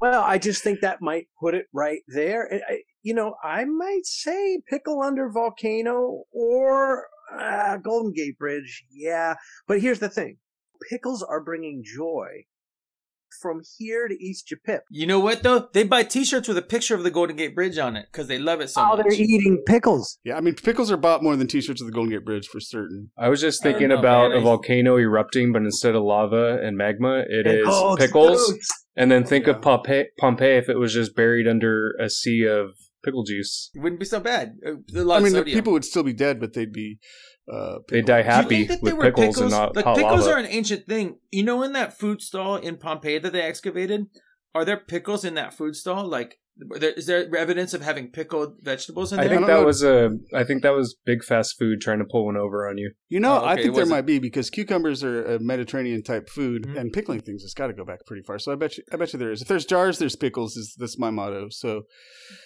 S3: well, I just think that might put it right there. And I, you know, I might say pickle under volcano or uh, Golden Gate Bridge. Yeah, but here's the thing: pickles are bringing joy from here to East Japip.
S4: You know what though? They buy T-shirts with a picture of the Golden Gate Bridge on it because they love it so
S3: oh,
S4: much.
S3: they're
S2: e-
S3: eating pickles.
S2: Yeah, I mean, pickles are bought more than T-shirts at the Golden Gate Bridge for certain.
S1: I was just
S4: I don't
S1: thinking
S4: know,
S1: about
S4: man.
S1: a volcano erupting, but instead of lava and magma, it
S3: And-
S1: is
S3: oh,
S1: pickles.
S3: dude.
S1: And then think
S2: Yeah.
S1: of Pompeii, Pompeii if it was just buried under a sea of pickle juice.
S4: It wouldn't be so bad. Uh, there's A lot
S2: I
S4: of
S2: mean, the
S4: sodium.
S2: people would still be dead, but they'd be. Uh,
S1: They die
S4: Do you
S1: happy
S4: think that they
S1: with
S4: were
S1: pickles, and not
S4: like
S1: hot
S4: pickles
S1: lava.
S4: are an ancient thing. You know, in that food stall in Pompeii that they excavated, are there pickles in that food stall? Like, are there, is there evidence of having pickled vegetables in
S1: I
S4: there?
S2: I
S1: think
S2: don't
S1: that
S2: know.
S1: was a. I think that was big fast food trying to pull one over on you.
S2: you know,
S4: Oh,
S2: I
S4: okay,
S2: think
S4: it
S2: there
S4: wasn't-
S2: might be because cucumbers are a Mediterranean type food,
S4: Mhm.
S2: and pickling things has got to go back pretty far. So I bet you, I bet you there is. If there's jars, there's pickles. Is that's my motto. So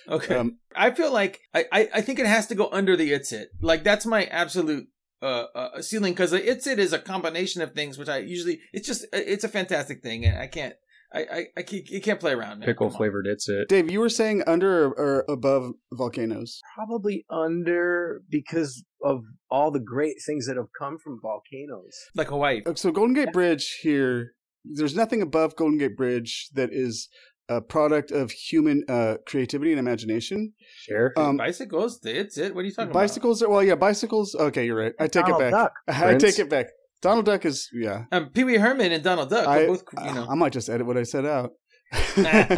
S4: okay,
S2: um,
S4: I feel like I, I, I think it has to go under the itzit. Like that's my absolute uh, uh ceiling because the itzit is a combination of things which I usually it's just uh, it's a fantastic thing and I can't I I, I can't, you can't play around. man.
S1: Pickle
S4: Come on.
S1: flavored, it's it.
S2: Dave, you were saying under or, or above volcanoes.
S3: Probably under because of all the great things that have come from volcanoes.
S4: like Hawaii.
S2: Uh, So Golden Gate Bridge here, there's nothing above Golden Gate Bridge that is a product of human uh, creativity and imagination.
S1: Sure.
S2: Um,
S4: Bicycles, the itzit. What are you talking about?
S2: bicycles are well, yeah, bicycles. Okay, you're right. I take
S3: Donald
S2: it back.
S3: Duck.
S2: [LAUGHS] I take
S1: Prince.
S2: it back. Donald Duck is yeah.
S4: Um, Pee Wee Herman and Donald Duck
S2: I-
S4: are both, you know.
S2: Uh,
S4: [LAUGHS]
S2: I [LAUGHS] might just edit what I said out.
S4: no,
S2: [LAUGHS]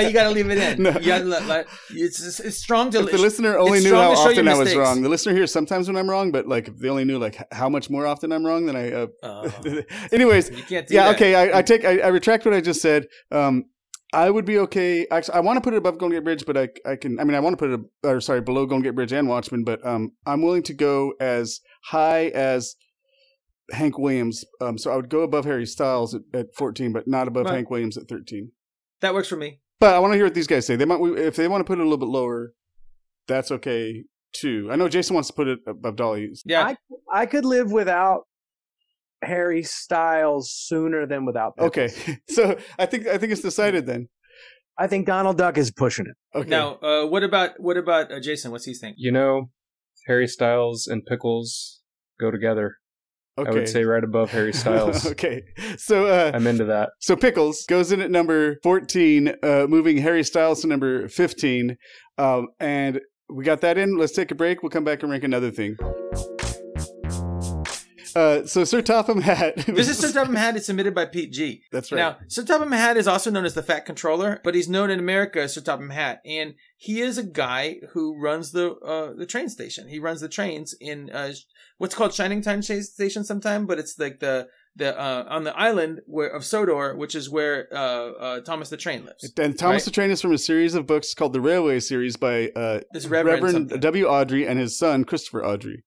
S4: you got to leave it in.
S2: No.
S4: You gotta let, let- it's, it's strong to
S2: If the listener only
S4: it's
S2: knew
S4: strong
S2: how
S4: to show
S2: often
S4: your
S2: I was
S4: mistakes.
S2: wrong, the listener hears sometimes when I'm wrong, but like if they only knew like h- how much more often I'm wrong than I. Uh, [LAUGHS]
S4: Oh,
S2: anyways,
S4: you can't [LAUGHS] do
S2: yeah
S4: that.
S2: okay I, I take I, I retract what i just said um i would be okay actually i want to put it above golden gate bridge but i i can i mean i want to put it ab- or sorry below golden gate bridge and watchmen but um i'm willing to go as high as hank williams um so i would go above harry styles at, at 14 but not above
S4: Right.
S2: hank williams at 13
S4: That works for me.
S2: but i want to hear what these guys say they might if they want to put it a little bit lower that's okay too i know jason wants to put it above dolly
S4: Yeah.
S3: I could live without Harry Styles sooner than without pickles.
S2: okay [LAUGHS] so i think i think it's decided then
S3: I think Donald Duck is pushing it.
S2: okay
S4: Now, uh, what about what about uh, Jason? What's he think?
S1: you know, Harry Styles and pickles go together.
S2: okay
S1: I would say right above
S2: [LAUGHS]
S1: Harry Styles.
S2: okay so uh
S1: I'm into that.
S2: So Pickles goes in at number 14, uh, moving Harry Styles to number 15. Um, and we got that in. Let's take a break. We'll come back and rank another thing. Uh, so Sir Topham Hat.
S4: This is Sir Topham Hatt. It's submitted by Pete G.
S2: [LAUGHS] That's right.
S4: Now, Sir Topham Hatt is also known as the Fat Controller, but he's known in America as Sir Topham Hatt, and he is a guy who runs the uh, the train station. He runs the trains in uh, what's called Shining Time Cha- Station sometime, but it's like the the uh, on the island where of Sodor, which is where uh, uh, Thomas the Train lives.
S2: and Thomas
S4: Right.
S2: the Train is from a series of books called the Railway Series by uh,
S4: This Reverend,
S2: Reverend,
S4: something.
S2: W. Audrey and his son Christopher Audrey.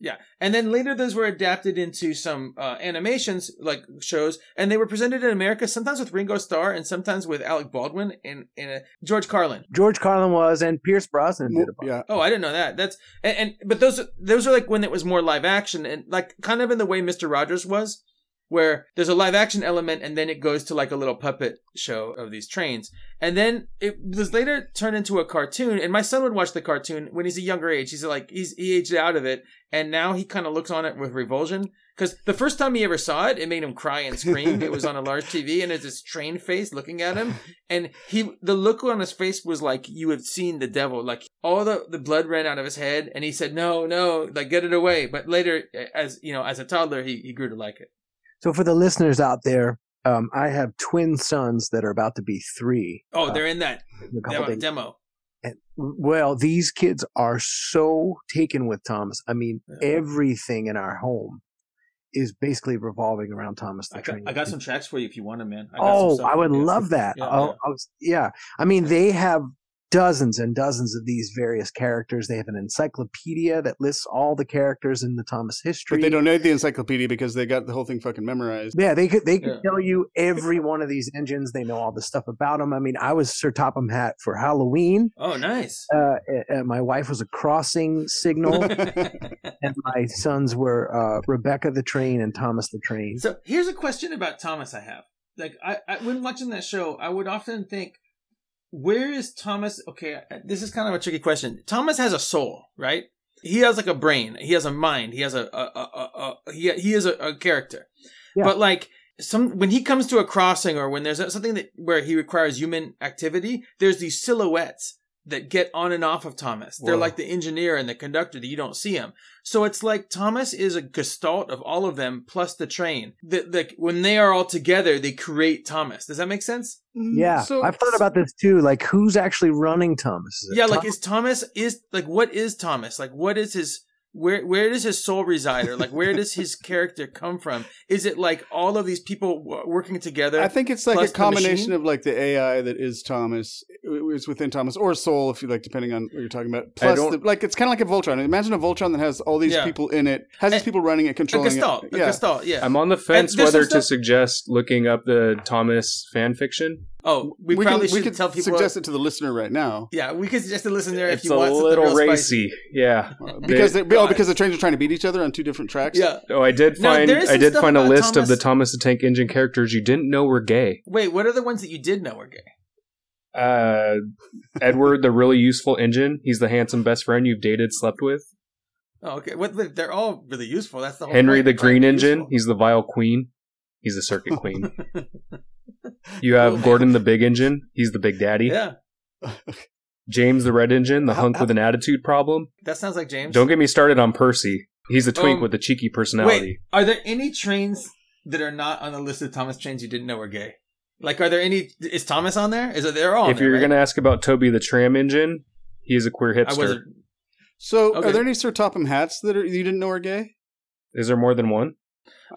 S4: Yeah, and then later those were adapted into some uh, animations like shows, and they were presented in America sometimes with Ringo Starr and sometimes with Alec Baldwin and, and uh, George Carlin.
S3: George Carlin was, and Pierce Brosnan did a bunch.
S2: Yeah,
S4: Oh, I didn't know that. That's and, and but those those are like when it was more live action and like kind of in the way Mister Rogers was, where there's a live action element and then it goes to like a little puppet show of these trains, and then it was later turned into a cartoon. And my son would watch the cartoon when he's a younger age. He's like he's he aged out of it, and now he kind of looks on it with revulsion. Because the first time he ever saw it, it made him cry and scream. it was on a large TV, and there's this train face looking at him and he the look on his face was like you have seen the devil like all the the blood ran out of his head and he said no no like get it away but later as you know as a toddler he, he grew to like it
S3: So for the listeners out there, um, I have twin sons that are about to be three.
S4: oh
S3: uh,
S4: they're in that
S3: in a couple
S4: demo,
S3: days.
S4: demo.
S3: And, well, these kids are so taken with Thomas. I mean,
S4: Yeah.
S3: everything in our home is basically revolving around Thomas the
S4: I, got,
S3: Train.
S4: I got some tracks for you if you want them man I got some
S3: oh,
S4: stuff
S3: I would
S4: for you.
S3: love that.
S4: Yeah,
S3: oh,
S4: yeah.
S3: I was, yeah. I mean, they have dozens and dozens of these various characters. They have an encyclopedia that lists all the characters in the Thomas history.
S2: but they don't need the encyclopedia because they got the whole thing fucking memorized.
S3: Yeah, they could they could
S4: Yeah.
S3: tell you every one of these engines. They know all the stuff about them. I mean, I was Sir Topham Hat for Halloween.
S4: [LAUGHS] oh
S3: [LAUGHS]
S4: nice [LAUGHS]
S3: Uh, and my wife was a crossing signal, and my sons were uh, Rebecca the Train and Thomas the Train. [LAUGHS]
S4: So here's a question about Thomas I have. Like I, I when watching that show, I would often think, where is Thomas? Okay, uh, this is kind of a tricky question. Thomas has a soul, right? He has like a brain. He has a mind. He has a, a, a, a, a he he is a, a character.
S3: Yeah.
S4: But like some when he comes to a crossing or when there's something that where he requires human activity, there's these silhouettes that get on and off of Thomas. They're
S1: Whoa.
S4: like the engineer and the conductor that you don't see him. So it's like Thomas is a gestalt of all of them plus the train. That like when they are all together, they create Thomas. Does that make sense?
S3: Yeah, I've thought about this too. Like, who's actually running Thomas? Is it
S4: yeah,
S3: Tom-
S4: like is Thomas is like what is Thomas? Like what is his where where does his soul reside or like where does his [LAUGHS] character come from? Is it like all of these people w- working together?
S2: I think it's like
S4: Plus
S2: a
S4: the
S2: combination
S4: machine?
S2: of like the AI that is Thomas, it's within Thomas, or Soul, if you like, depending on what you're talking about.
S1: I
S2: Plus,
S1: don't-
S2: the, like it's kind of like a Voltron. Imagine a Voltron that has all these
S4: Yeah. Eh,
S2: people in it, has these
S4: A-
S2: people running it,
S4: a
S2: controlling
S4: gestalt,
S2: it.
S4: a
S2: Yeah.
S4: gestalt, yeah.
S1: I'm on the fence
S4: there's some
S1: whether to
S4: stuff-
S1: suggest looking up the Thomas fan fiction.
S4: oh, we,
S2: we
S4: probably
S2: can, we
S4: should
S2: could
S4: tell people.
S2: suggest it to the listener right now
S4: yeah, we could suggest to listen there if
S1: It's
S4: you
S1: a
S4: want. something
S1: little
S4: real spicy.
S1: racy. Yeah.
S4: [LAUGHS]
S2: Uh, because
S1: They-
S2: they, oh,
S4: God.
S2: because the trains are trying to beat each other on two different tracks.
S4: Yeah.
S1: Oh, I did
S4: No,
S1: find
S4: there is
S1: I
S4: some
S1: did
S4: stuff
S1: find a
S4: about
S1: list of the
S4: Thomas-
S1: Thomas the Tank Engine characters you didn't know were gay.
S4: Wait, what are the ones that you did know were gay? [LAUGHS]
S1: Uh, Edward, the really useful engine. He's the handsome best friend you've dated, slept with.
S4: Oh, okay. What the- they're all really useful. That's the whole
S1: Henry
S4: point,
S1: the
S4: Oh, right?
S1: Green Engine.
S4: Useful.
S1: He's the Vile Queen. He's the Circuit
S4: [LAUGHS]
S1: Queen. You have Gordon the Big Engine. He's the Big Daddy.
S4: Oh, Yeah,
S1: James the Red Engine, the
S2: How-
S1: hunk with an attitude problem.
S4: that sounds like James.
S1: Don't get me started on Percy. He's a twink
S4: Um,
S1: with a cheeky personality.
S4: Wait, are there any trains that are not on the list of Thomas trains you didn't know were gay? Like, are there any? Is Thomas on there? Is it? They're all. on
S1: if
S4: there,
S1: you're
S4: right?
S1: gonna ask about Toby the Tram Engine, he is a queer
S4: I
S1: hipster.
S4: wasn't.
S2: So,
S4: Okay.
S2: are there any Sir Topham hats that are, you didn't know are gay?
S1: Is there more than one?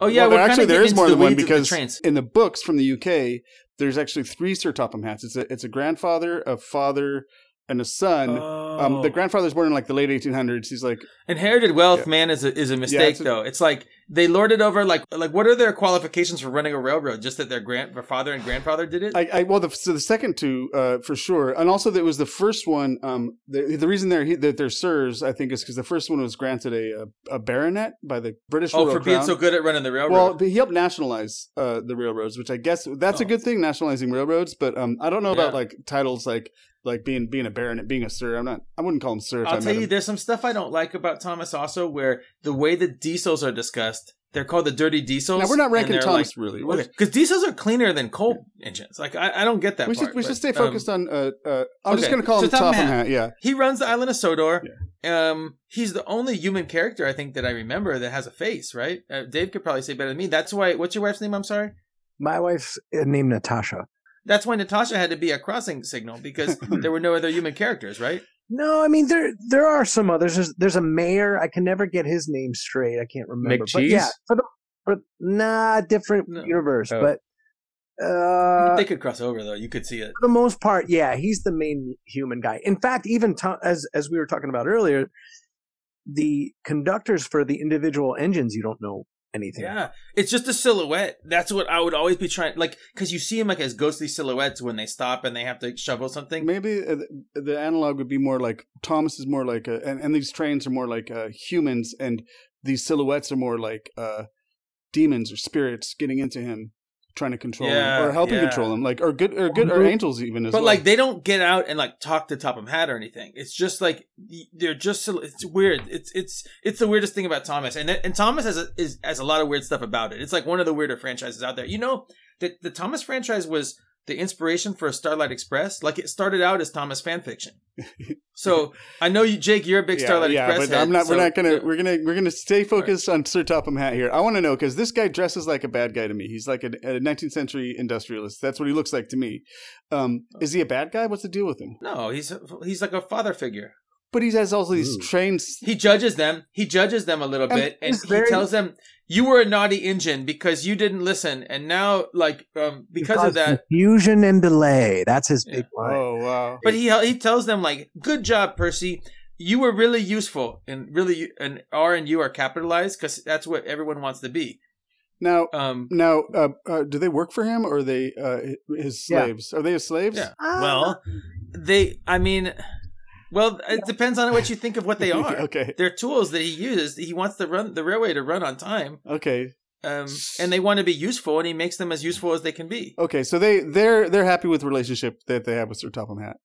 S4: Oh yeah,
S2: Well,
S4: we're
S2: there-
S4: kinda
S2: actually there
S4: getting
S2: is
S4: into
S2: more
S4: the
S2: than one
S4: weeds of the
S2: because
S4: trains.
S2: in the books from the UK, there's actually three Sir Topham hats. It's a it's a grandfather, a father, and a son. Um, the
S4: Oh.
S2: grandfather's born in like the late 1800s. He's like,
S4: Inherited wealth,
S2: Yeah.
S4: man, is a, is a mistake
S2: it's a-
S4: though. It's like they lorded over like like what are their qualifications for running a railroad? Just that their grand their father and grandfather did it.
S2: I, I well, the, so the second two uh, for sure, and also that was the first one. Um, the, the reason they're he- that they're sirs, I think, is because the first one was granted a, a a baronet by the British
S4: oh,
S2: royal
S4: for
S2: crown.
S4: being so good at running the railroad.
S2: well, but he helped nationalize uh, the railroads, which I guess that's a
S4: Oh.
S2: good thing, nationalizing railroads. But um, I don't know about
S4: Yeah.
S2: like titles like like being being a baronet, being a sir. I'm not. I wouldn't call him sir. If i
S4: I'll
S2: met
S4: tell you,
S2: him.
S4: there's some stuff I don't like about Thomas also, where the way the diesels are discussed, they're called the dirty diesels.
S2: Now we're not
S4: and
S2: ranking
S4: they're,
S2: Thomas really. We're-
S4: Like, because diesels are cleaner than coal engines. Like I, I don't get that.
S2: we should
S4: part,
S2: we
S4: but,
S2: should stay
S4: um,
S2: focused on. Uh, uh, I'm just
S4: okay.
S2: gonna call
S4: So
S2: him
S4: Topham
S2: Topham
S4: Hat.
S2: Hat. Yeah.
S4: He runs the island of Sodor. Um, he's the only human character I think that I remember that has a face. Right? Uh, Dave could probably say better than me. That's why. What's your wife's name? I'm sorry.
S3: My wife's uh, named Natasha.
S4: That's why Natasha had to be a crossing signal because there were no other human characters, right?
S3: No, I mean there there are some others. There's, there's a mayor. I can never get his name straight. I can't remember. But yeah,
S1: McCheese?
S3: for the, for, nah, different
S4: No.
S3: universe.
S1: Oh.
S3: But uh,
S4: they could cross over though. You could see it.
S3: for the most part, yeah, he's the main human guy. In fact, even Tom, as as we were talking about earlier, the conductors for the individual engines, you don't know anything.
S4: Yeah, it's just a silhouette. That's what I would always be trying, like, because you see them like as ghostly silhouettes when they stop and they have to shovel something.
S2: Maybe uh, the- the analog would be more like Thomas is more like, a, and, and these trains are more like uh, humans, and these silhouettes are more like uh, demons or spirits getting into him, trying to control
S4: Yeah,
S2: him or helping
S4: yeah.
S2: control him, like or good or good or
S3: Mhm.
S2: angels even as
S4: But
S2: well.
S4: like they don't get out and like talk to Topham Hat or anything. It's just like y- they're just sil- it's weird. It's it's it's the weirdest thing about Thomas, and and Thomas has a, is has a lot of weird stuff about it. It's like one of the weirder franchises out there. You know that the Thomas franchise was the inspiration for Starlight Express. Like it started out as Thomas
S2: [LAUGHS]
S4: fan fiction. so I know you, Jake, you're a big
S2: yeah,
S4: Starlight
S2: yeah,
S4: Express.
S2: but I'm
S4: head,
S2: not.
S4: so-
S2: we're not gonna.
S4: Yeah.
S2: We're gonna. We're gonna stay focused on Sir Topham Hat here. I want to know because this guy dresses like a bad guy to me. He's like a, a 19th century industrialist. That's what he looks like to me. Um,
S4: Oh.
S2: is he a bad guy? What's the deal with him?
S4: No, he's he's like a father figure.
S2: But he has all these
S3: Ooh.
S2: trains.
S4: He judges them. He judges them a little
S2: And
S4: bit, and
S3: he's
S4: he
S3: very-
S4: tells them, "You were a naughty engine because you didn't listen, and now, like, um, because of
S3: Caused
S4: that."
S3: confusion and delay. That's his
S4: Yeah.
S3: big line.
S2: Oh wow!
S4: But he he tells them, like, "Good job, Percy. You were really useful, and really, and R and U are capitalized because that's what everyone wants to be."
S2: Now
S4: Um,
S2: Now, uh, uh, do they work for him or are they uh, his
S3: Yeah.
S2: slaves? Are they his slaves?
S4: Yeah.
S3: Ah.
S4: Oh, well, they, I mean, well, it depends on what you think of what
S2: [LAUGHS]
S4: they are.
S2: okay.
S4: They're tools that he uses. He wants the run the railway to run on time,
S2: Okay.
S4: um, and they want to be useful, and he makes them as useful as they can be.
S2: Okay. So they they're they're happy with the relationship that they have with Sir Topham Hat.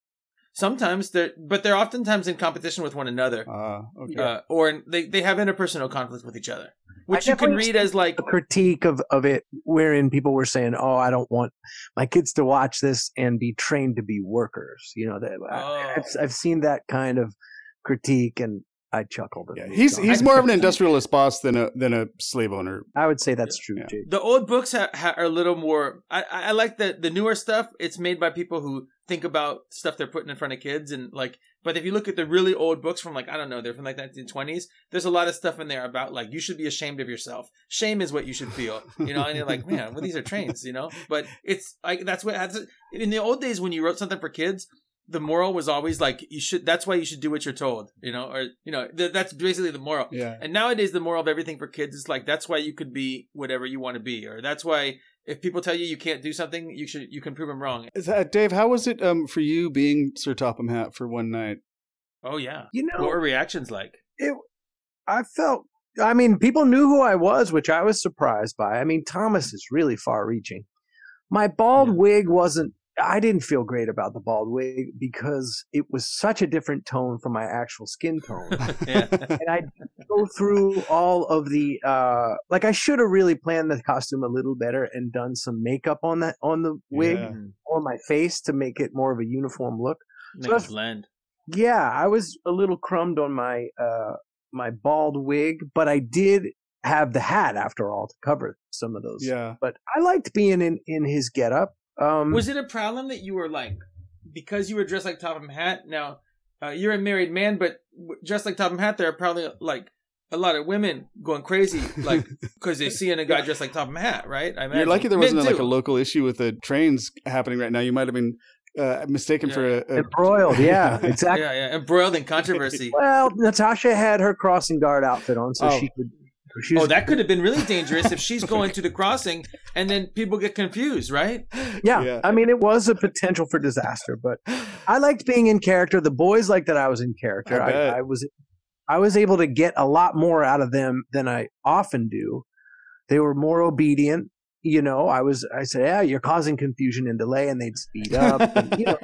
S4: Sometimes they're, but they're oftentimes in competition with one another,
S2: Uh, okay.
S4: uh, or in, they they have interpersonal conflict with each other, which
S3: I
S4: you can
S3: definitely
S4: read as like
S3: a critique of, of it wherein people were saying, "Oh, I don't want my kids to watch this and be trained to be workers." You know, that
S4: Oh.
S3: I, I've, I've seen that kind of critique, and I chuckled. and
S2: yeah,
S3: moved
S2: he's
S3: on.
S2: he's
S4: [LAUGHS]
S2: more of an industrialist boss than a than a slave owner.
S3: I would say that's true.
S2: Yeah.
S3: Jake.
S4: the old books ha- ha- are a little more. I I I like the the newer stuff. It's made by people who think about stuff they're putting in front of kids and like. But if you look at the really old books from like I don't know, they're from like 1920s. There's a lot of stuff in there about like you should be ashamed of yourself. Shame is what you should feel, you know. And you're like, man, well these are trains, you know. But it's like that's what that's, in the old days when you wrote something for kids. The moral was always like you should. That's why you should do what you're told, you know, or you know. Th- that's basically the moral.
S2: Yeah,
S4: And nowadays, the moral of everything for kids is like that's why you could be whatever you want to be, or that's why if people tell you you can't do something, you should you can prove them wrong.
S2: Is that- Dave, how was it um, for you being Sir Topham Hat for one night?
S4: Oh yeah,
S3: You know,
S4: what were reactions like? [LAUGHS]
S3: I felt. I mean, people knew who I was, which I was surprised by. I mean, Thomas is really far-reaching. My bald
S4: Yeah.
S3: wig wasn't. I didn't feel great about the bald wig because it was such a different tone from my actual skin tone.
S4: [LAUGHS]
S2: [LAUGHS]
S4: Yeah.
S3: and I go through all of the uh like I should have really planned the costume a little better and done some makeup on that on the wig
S2: Yeah.
S3: or my face to make it more of a uniform look.
S4: Make a blend.
S3: Yeah, I was a little crumbed on my uh my bald wig, but I did have the hat after all to cover some of those.
S2: [LAUGHS] yeah.
S3: But I liked being in in his getup.
S2: Mm.
S3: Um
S4: Was it a problem that you were like because you were dressed like Topham Hat? Now uh, you're a married man, but w- dressed like Topham Hat, there are probably like a lot of women going crazy,
S2: [LAUGHS]
S4: like because they're seeing a guy dressed like Topham Hat, right? I
S2: You're
S4: imagine.
S2: lucky there
S4: Men
S2: wasn't like
S4: too.
S2: a local issue with the trains happening right now. You might have been uh, mistaken for a, a [LAUGHS]
S3: embroiled? Yeah, exactly.
S4: yeah, yeah, embroiled in controversy.
S3: Well, Natasha had her crossing guard outfit on, so
S2: Oh.
S3: she could. She was
S4: Oh, that could have been really dangerous if she's going to the crossing and then people get confused, right?
S3: Yeah,
S2: Yeah.
S3: I mean, it was a potential for disaster, but I liked being in character. The boys liked that I was in character.
S2: I bet.
S3: I, I was, I was able to get a lot more out of them than I often do. They were more obedient. You know, I was. I said, "Yeah, you're causing confusion and delay," and they'd speed up. And, Uh,
S2: [LAUGHS]
S3: you know,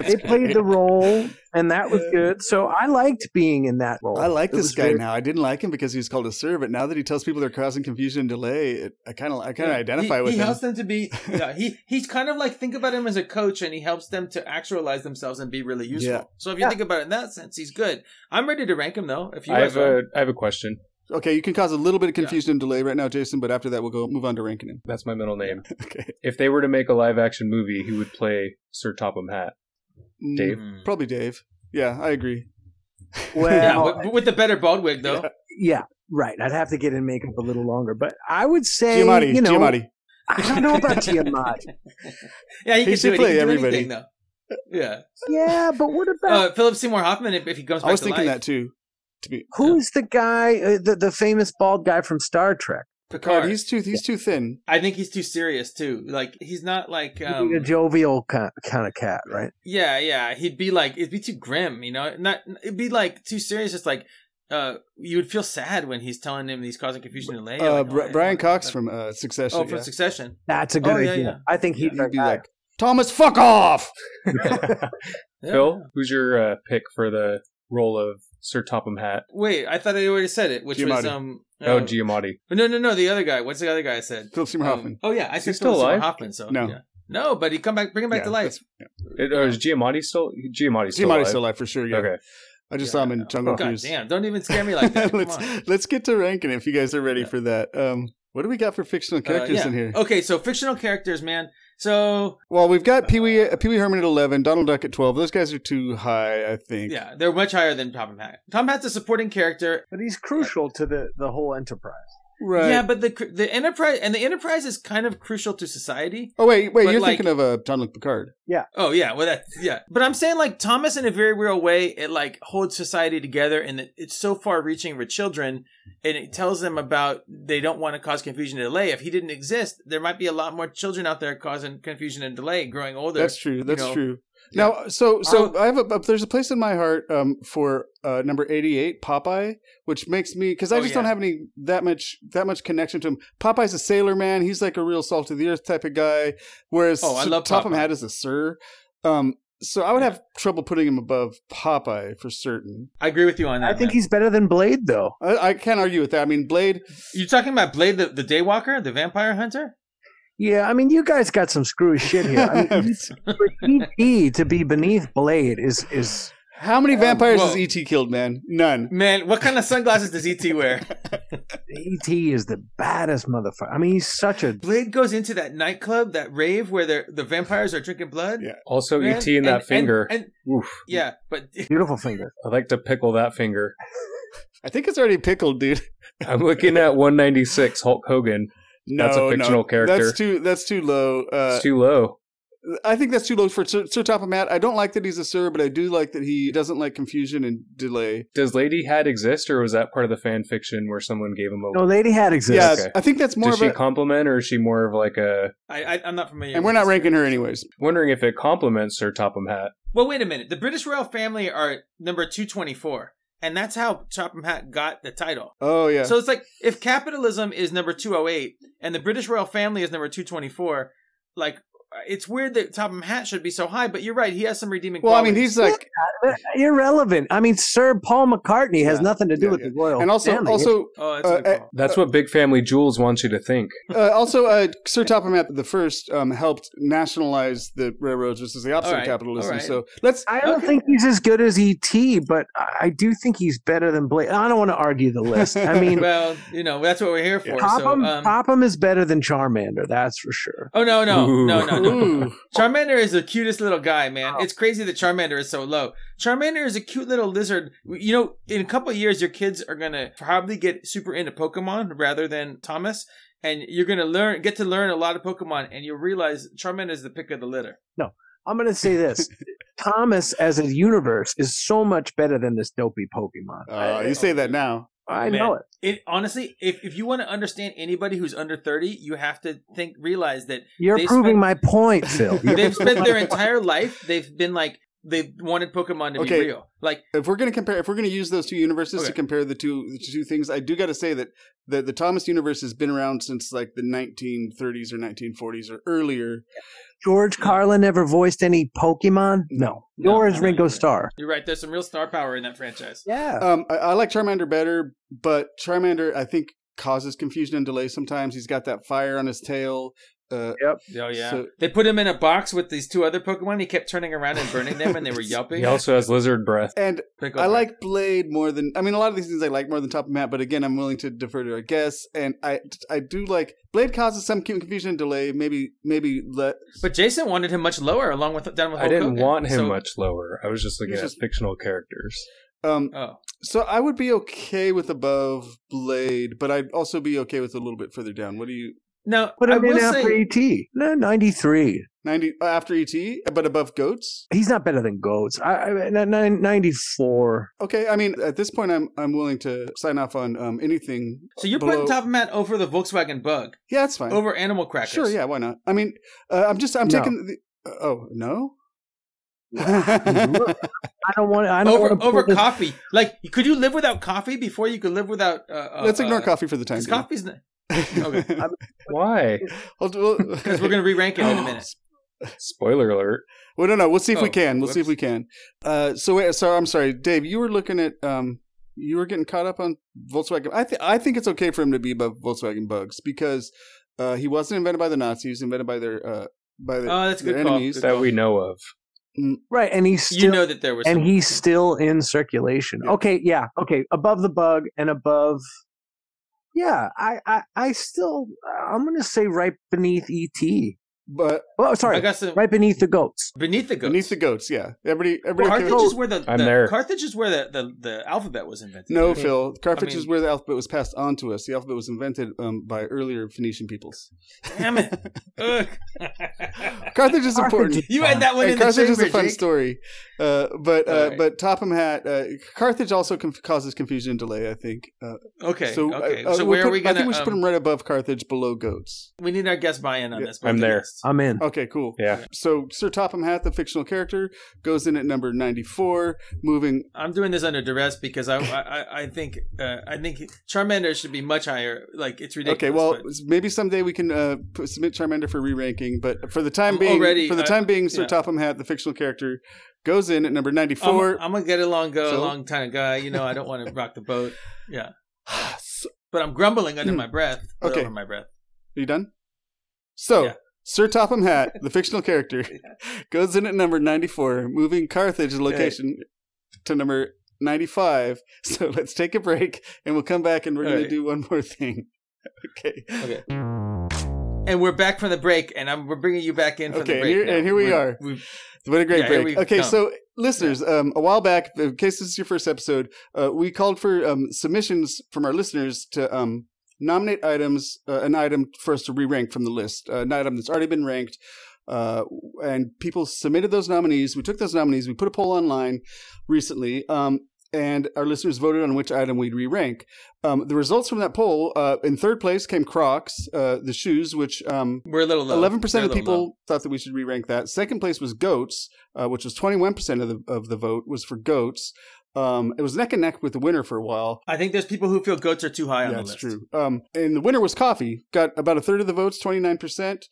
S3: they played the role, and that was good. So I liked being in that role.
S2: I like
S3: It
S2: this
S3: was
S2: guy
S3: very-
S2: now. I didn't like him because he was called a servant. Now that he tells people they're causing confusion and delay, it, I kind of I kind of
S4: Yeah.
S2: identify
S4: he,
S2: with
S4: he
S2: him.
S4: helps them
S2: [LAUGHS]
S4: to be. Yeah, he he's kind of like think about him as a coach, and he helps them to actualize themselves and be really useful.
S2: Yeah.
S4: So if you
S3: Yeah.
S4: think about it in that sense, he's good. I'm ready to rank him though. If you
S1: I
S4: guys
S1: have
S4: are.
S1: a I have a question.
S2: Okay, you can cause a little bit of
S4: Yeah.
S2: confusion and delay right now, Jason. But after that, we'll go move on to ranking him.
S1: That's my middle name.
S2: [LAUGHS] Okay,
S1: If they were to make a live action movie, who would play Sir Topham Hat?
S4: [LAUGHS]
S2: Mm,
S1: Dave.
S4: Mm.
S2: probably Dave. Yeah, I agree. [LAUGHS]
S4: Yeah,
S3: Well,
S4: with, with the better bald wig though.
S3: yeah, right. I'd have to get in makeup a little longer, but I would say,
S2: Giamatti,
S3: you know,
S2: Giamatti.
S3: I don't know about Giamatti.
S4: Yeah, he,
S2: He
S4: can
S2: should
S4: do it.
S2: play
S4: he can
S2: everybody.
S4: Do anything, though. Yeah,
S3: Yeah, but what about
S4: uh, Philip Seymour Hoffman. If, if he comes back
S2: I was
S4: to
S2: thinking
S4: life,
S2: that too. To be
S3: who's the guy, uh, the the famous bald guy from Star Trek?
S4: Picard.
S2: God, he's too he's too thin.
S4: I think he's too serious too. Like he's not like
S3: He'd
S4: um,
S3: be a jovial kind, kind of cat, right?
S4: Yeah, yeah. He'd be like, it'd be too grim, you know. Not, it'd be like too serious. Just like, uh, you would feel sad when he's telling him he's causing confusion and delay.
S2: Uh,
S4: like, oh,
S2: Bri-
S4: I-
S2: Brian
S4: I-
S2: Cox
S4: I-
S2: from uh, Succession.
S4: oh from
S2: yeah.
S4: Succession.
S3: That's a good
S4: Oh, yeah,
S3: idea.
S4: yeah.
S3: I think he'd,
S2: He'd
S3: our
S2: be
S3: guy.
S2: like Thomas, fuck off. [LAUGHS]
S4: Yeah.
S1: Phil, who's your uh, pick for the role of Sir Topham Hat?
S4: Wait, I thought I already said it, which was
S2: Giamatti.
S4: um.
S1: Oh,
S4: uh,
S1: Giamatti.
S4: no, no, no. The other guy. What's the other guy I said?
S2: Philip Seymour
S4: Um,
S2: Hoffman.
S4: oh yeah, I
S1: Is
S4: said
S1: he still
S4: Philip Seymour
S1: alive?
S4: Hoffman. So
S2: No.
S4: yeah. no, but he come back, bring him back
S2: Yeah,
S4: to life.
S2: that's-
S1: It, oh, is Giamatti still Giamatti's still
S2: Giamatti's
S1: alive?
S2: still alive for sure. Yeah.
S1: Okay.
S2: I just
S4: Yeah,
S2: saw him in
S4: yeah.
S2: Jungle
S4: God
S2: Cruise.
S4: damn! Don't even scare me like that. Come on.
S2: [LAUGHS]
S4: Uh,
S2: let's let's get to ranking if you guys are ready
S4: Yeah.
S2: for that. Um, what do we got for fictional
S4: Uh,
S2: characters
S4: yeah.
S2: in here?
S4: Okay, so fictional characters, man. So
S2: Well, we've got Pee Wee uh, Pee Wee Herman at eleven, Donald Duck at twelve. Those guys are too high, I think.
S4: yeah, they're much higher than Tom Hat. Tom Hat's a supporting character,
S3: But he's crucial to the, the whole enterprise.
S2: right.
S4: Yeah, but the cr- the enterprise and the enterprise is kind of crucial to society.
S2: Oh wait, wait,
S4: but
S2: you're
S4: like-
S2: thinking of uh, John Luke Picard.
S4: Oh yeah, well that yeah. But I'm saying like Thomas in a very real way it like holds society together and it- it's so far reaching for children and it tells them about they don't want to cause confusion and delay. If he didn't exist, there might be a lot more children out there causing confusion and delay growing older.
S2: That's true. That's
S4: know,
S2: true. Now, so so
S4: Uh,
S2: I have a there's a place in my heart um, for uh, number eighty eight Popeye, which makes me because I
S4: Oh,
S2: just
S4: yeah.
S2: don't have any that much that much connection to him. Popeye's a sailor man; he's like a real salt of the earth type of guy, whereas
S4: Oh, I
S2: Sir
S4: love
S2: Topham
S4: Popeye.
S2: Hat is a sir. Um, So I would have trouble putting him above Popeye for certain.
S4: I agree with you on that.
S3: I think
S4: man.
S3: he's better than Blade, though.
S2: I, I can't argue with that. I mean, Blade.
S4: You're talking about Blade, the, the Daywalker, the Vampire Hunter.
S3: Yeah, I mean, you guys got some screwy shit here.
S2: [LAUGHS]
S3: I mean, for E.T. to be beneath Blade is is
S2: How
S4: Um,
S2: many vampires
S4: whoa.
S2: has ET killed, man? None.
S4: Man, what kind of sunglasses does ET
S3: [LAUGHS]
S4: wear?
S3: E.T. E is the baddest motherfucker. I mean, he's such a
S4: Blade goes into that nightclub, that rave where the the vampires are drinking blood.
S2: Yeah.
S1: Also,
S4: Man,
S1: ET in that
S4: and-
S1: finger.
S4: And, and-
S1: Oof.
S4: yeah, but [LAUGHS]
S3: beautiful finger.
S1: I like to pickle that finger.
S2: I think it's already pickled, dude. [LAUGHS]
S1: I'm looking at 196 Hulk Hogan.
S2: No,
S1: That's a
S2: no.
S1: fictional character.
S2: That's too. That's too low. Uh,
S1: It's too low.
S2: I think that's too low for Sir, Sir Topham Hatt. I don't like that he's a Sir, but I do like that he doesn't like confusion and delay.
S1: Does Lady Had exist, or was that part of the fan fiction where someone gave him a?
S3: No, Lady Hat
S2: yeah,
S3: exists.
S1: okay.
S2: I think that's more
S1: Does
S2: of
S1: she
S2: a.
S1: compliment, or is she more of like a?
S4: I, I I'm not familiar.
S2: and we're
S4: with
S2: not
S4: this.
S2: ranking her anyways.
S1: Wondering if it compliments Sir Topham Hat.
S4: Well, wait a minute. The British royal family are number two twenty four, and that's how Topham Hat got the title.
S2: Oh yeah.
S4: So it's like if capitalism is number 208 and the British royal family is number 224, like it's weird that Topham Hat should be so high, but you're right, he has some redeeming
S2: well, I
S4: qualities.
S2: mean, he's like,
S3: But uh, irrelevant. I mean, Sir Paul McCartney has
S2: Yeah,
S3: nothing to do
S2: yeah,
S3: with
S2: yeah.
S3: the royal.
S2: and also,
S3: family.
S2: also,
S4: Oh, that's
S2: uh,
S4: a good call.
S1: That's what Big Family Jules wants you to think.
S2: uh, also, uh, Sir Topham Hatt the first um, helped nationalize the railroads, which is the opposite
S4: All right,
S2: of capitalism.
S4: all right.
S2: So
S4: [LAUGHS]
S2: let's.
S3: I don't
S4: Okay.
S3: think he's as good as E.T., but I I do think he's better than Blade. I don't want to
S4: [LAUGHS]
S3: argue the list. I mean,
S4: Well, you know, that's what we're here for. So,
S3: Popham,
S4: um,
S3: Popham is better than Charmander, that's for sure.
S4: Oh no no no no no!
S2: Ooh.
S4: Charmander is the cutest little guy, man. It's crazy that Charmander is so low. Charmander is a cute little lizard. You know, in a couple of years, your kids are gonna probably get super into Pokemon rather than Thomas, and you're gonna learn get to learn a lot of Pokemon, and you'll realize Charmander is the pick of the litter.
S3: I'm going to say
S4: [LAUGHS]
S3: this. Thomas as a universe is so much better than this dopey Pokemon.
S2: Uh, you say that now.
S3: I
S4: Oh, Man.
S3: know it.
S4: It honestly, if, if you want to understand anybody who's under thirty, you have to think realize that
S3: You're
S4: They
S3: proving
S4: spent-
S3: my
S4: [LAUGHS]
S3: point, Phil. You're-
S4: they've spent their entire life they've been like they've wanted Pokemon to
S2: Okay.
S4: be real. Like
S2: If we're gonna compare, if we're gonna use those two universes to
S4: Okay.
S2: compare the two the two things, I do got to say that the the Thomas universe has been around since like the 1930s or 1940s or earlier.
S3: George Carlin never voiced any Pokemon? No.
S4: No,
S3: Nor is
S4: no, no,
S3: Ringo
S4: no.
S3: Starr.
S4: you're right, there's some real star power in that franchise.
S3: Yeah.
S2: Um, I, I like Charmander better, but Charmander I think causes confusion and delay sometimes. He's got that fire on his tail. Uh,
S4: Oh yeah.
S2: So-
S4: they put him in a box with these two other Pokemon. He kept turning around and burning
S1: [LAUGHS]
S4: them, and they were yelping.
S1: He also has lizard breath.
S2: and
S4: Pickle
S2: I
S4: Rick.
S2: like Blade more than I mean a lot of these things I like more than Top of Map, but again I'm willing to defer to our guests. And I I do like Blade causes some confusion and delay. Maybe maybe let
S4: but Jason wanted him much lower, along with down with.
S1: I
S4: Hulk
S1: didn't
S4: Hogan.
S1: want him
S4: So-
S1: much lower. I was just looking
S2: He's
S1: at
S2: just-
S1: fictional characters.
S2: um
S4: Oh,
S2: So I would be okay with above Blade, but I'd also be okay with a little bit further down. What do you
S4: now
S3: Put
S4: I
S3: him
S4: will
S3: in
S4: say
S3: after E.T. No, 93.
S2: ninety uh, after ET, but above Goats?
S3: He's not better than Goats. I, I, n- n- 94.
S2: Okay, I mean at this point I'm I'm willing to sign off on um anything.
S4: so. You're
S2: below-
S4: putting Top Mat over the Volkswagen Bug
S2: Yeah, that's fine.
S4: over Animal Crackers.
S2: sure, yeah, why not? I mean, uh, I'm just I'm
S3: No.
S2: taking the uh, oh no.
S4: [LAUGHS]
S3: I don't want I don't
S4: Over
S3: want to
S4: over
S3: put this-
S4: coffee, like could you live without coffee before you could live without? Uh, uh,
S2: [LAUGHS] Let's ignore
S4: uh,
S2: coffee for the time
S4: Because
S2: being.
S4: coffee's
S2: [LAUGHS]
S4: okay.
S1: Why?
S4: because we're gonna
S2: [LAUGHS]
S4: re-rank it in a minute.
S1: Spoiler alert.
S2: Well, no, no. We'll see if we
S4: Oh,
S2: can. We'll see if
S4: whoops.
S2: we can. Uh, so, wait, so I'm sorry, Dave. You were looking at. Um, you were getting caught up on Volkswagen. I think I think it's okay for him to be above Volkswagen bugs because uh, he wasn't invented by the Nazis. He was invented by their uh, by the.
S4: Oh, that's a
S2: They're
S4: good call.
S2: enemies.
S4: Good
S1: That
S4: call.
S1: we know of.
S3: Right, and he's
S4: you
S3: still
S4: know that there was
S3: and
S4: some-
S3: he's still in circulation.
S2: Yeah.
S3: Okay, yeah, okay. Above the bug and above, yeah. I, I, I still, I'm gonna say right beneath ET.
S2: but
S3: Oh,
S4: I
S3: sorry,
S4: got some
S3: right beneath the goats.
S4: beneath the goats.
S2: beneath the goats, yeah. Everybody,
S4: Well,
S2: everybody. okay
S4: Carthage
S2: with-
S4: is where the,
S1: I'm
S4: the-
S1: there.
S4: Carthage is where the, the, the alphabet was invented.
S2: no,
S4: right?
S2: Phil. Carthage
S4: mean-
S2: is where the alphabet was passed on to us. The alphabet was invented um, by earlier Phoenician peoples.
S4: Damn it.
S2: [LAUGHS]
S4: Ugh. [LAUGHS]
S2: Carthage is important.
S3: Carthage-
S4: you had that one
S2: Hey,
S4: in
S2: Carthage
S4: the
S2: is
S4: chamber,
S2: a fun
S4: Jake.
S2: story, uh, but uh,
S4: Alright.
S2: but Topham Hat uh, Carthage also conf- causes confusion and delay. I think. Uh,
S4: Okay.
S2: So,
S4: okay.
S2: uh, uh,
S4: so
S2: we'll
S4: where
S2: put-
S4: are we gonna?
S2: I think we should put
S4: um,
S2: him right above Carthage, below goats.
S4: we need our guest buy-in on
S2: Yeah,
S4: this.
S1: I'm
S4: We'll do
S1: there.
S4: this. list.
S3: I'm in.
S2: Okay, cool.
S1: Yeah.
S2: So Sir Topham Hatt, the fictional character, goes in at number 94, moving.
S4: I'm doing this under duress because I I, I- I think uh, I think Charmander should be much higher. Like it's ridiculous.
S2: Okay, well,
S4: but-
S2: maybe someday we can uh, p- submit Charmander for re-ranking, but for the time
S4: I'm
S2: being,
S4: already-
S2: for the
S4: I-
S2: time being, Sir
S4: yeah.
S2: Topham Hatt, the fictional character, goes in at number 94.
S4: I'm, I'm a get along go
S2: So-
S4: along kind of guy. You know, I don't want to rock the boat. Yeah, uh,
S2: [SIGHS]
S4: but I'm grumbling under my breath. but
S2: Hmm. Okay.
S4: over my breath.
S2: Are you done? So,
S4: Yeah.
S2: Sir Topham Hatt,
S4: [LAUGHS]
S2: the fictional character, goes in at number 94, moving Carthage, the location, to number 95. [LAUGHS] So let's take a break and we'll come back and we're going
S4: All
S2: to
S4: right.
S2: do one more thing. [LAUGHS] Okay.
S4: Okay. And we're back from the break, and I'm we're bringing you back in. From
S2: Okay,
S4: the
S2: and
S4: break
S2: here-
S4: now.
S2: and here we
S4: We're-
S2: are.
S4: we've-
S2: What a great
S4: Yeah, here
S2: break.
S4: we
S2: Okay,
S4: come.
S2: so listeners, um, a while back, in case this is your first episode, uh, we called for um, submissions from our listeners to um, nominate items, uh, an item for us to re rank from the list, uh, an item that's already been ranked. Uh, and people submitted those nominees. We took those nominees, we put a poll online recently. Um, and our listeners voted on which item we'd re-rank. Um, the results from that poll, uh, in third place came Crocs, uh, the shoes, which um,
S4: we're a little low.
S2: Eleven percent
S4: We're
S2: of
S4: a little
S2: people
S4: low.
S2: thought that we should re-rank that. Second place was goats, uh, which was twenty-one percent of the of the vote was for goats. Um, it was neck and neck with the winner for a while.
S4: I think there's people who feel goats are too high on
S2: yeah,
S4: the
S2: that's
S4: list.
S2: true. Um, and the winner was coffee. Got about a third of the votes, twenty-nine percent.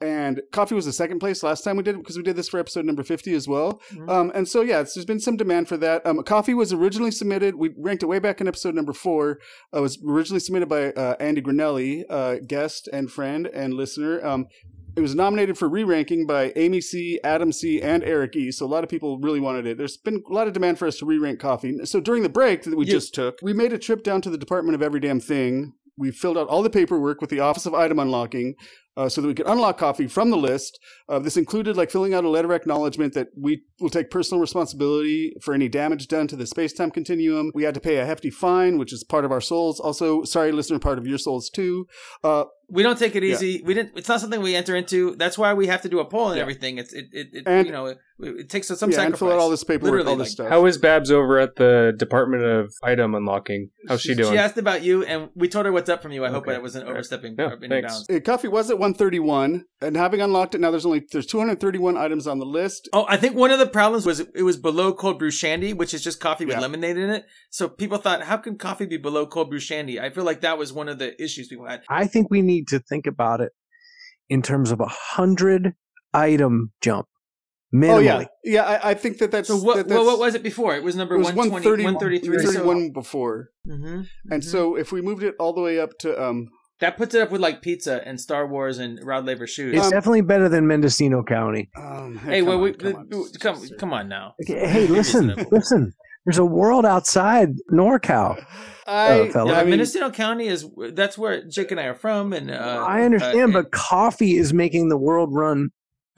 S2: And coffee was the second place last time we did because we did this for episode number fifty as well.
S4: Mhm.
S2: Um, and so yeah, it's, there's been some demand for that. Um, coffee was originally submitted. We ranked it way back in episode number four. Uh, it was originally submitted by uh, Andy Grinelli, uh, guest and friend and listener. Um, it was nominated for re-ranking by Amy C, Adam C, and Eric E. So a lot of people really wanted it. There's been a lot of demand for us to re-rank coffee. So during the break that we
S4: Yeah.
S2: just took, we made a trip down to the Department of Every Damn Thing. We filled out all the paperwork with the Office of Item Unlocking. Uh, so that we could unlock coffee from the list. Uh, this included like filling out a letter of acknowledgement that we will take personal responsibility for any damage done to the space-time continuum. We had to pay a hefty fine, which is part of our souls. Also, sorry, listener, part of your souls too. Uh,
S4: We don't take it
S2: Yeah.
S4: easy. We didn't. It's not something we enter into. That's why we have to do a poll and
S2: Yeah.
S4: everything. It's it it, it
S2: And-
S4: you know it, it takes some
S2: yeah, and
S4: sacrifice.
S2: fill out all this paperwork,
S4: Literally,
S2: all this
S4: like,
S2: stuff.
S1: How is Babs over at the Department of Item Unlocking? How's she doing?
S4: She asked about you, and we told her what's up from you. I hope
S1: Okay.
S4: I wasn't
S1: All right.
S4: overstepping
S1: Yeah,
S4: or any
S1: thanks.
S4: bounds.
S2: Uh, coffee was at 131, and having unlocked it now, there's only there's 231 items on the list.
S4: Oh, I think one of the problems was it was below cold brew shandy, which is just coffee with
S2: Yeah.
S4: lemonade in it. So people thought, how can coffee be below cold brew shandy? I feel like that was one of the issues people had.
S3: I think we need to think about it in terms of a hundred item jump minimally.
S2: Oh yeah, yeah. I, I think that that's
S4: So what
S2: that,
S4: well,
S2: that's,
S4: what was it before? It was number
S2: it was
S4: 120,
S2: 130,
S4: 133. So,
S2: 131 before,
S3: Mm-hmm.
S4: Mhm,
S2: and
S4: mhm.
S2: so if we moved it all the way up to um,
S4: that puts it up with like pizza and Star Wars and Rod Laver shoes.
S3: It's
S2: Um,
S3: definitely better than Mendocino
S4: [LAUGHS]
S3: County.
S2: um
S4: hey, well,
S2: come
S4: we,
S2: on, come, on.
S4: come, come on now.
S3: Okay, Hey,
S4: Be
S3: listen,
S4: reasonable.
S3: listen. There's a world outside NorCal.
S2: [LAUGHS] I,
S3: Uh, fella.
S4: Yeah,
S2: I mean,
S4: Mendocino County is that's where Jake and I are from, and uh,
S3: I understand,
S4: uh,
S3: but coffee is making the world run.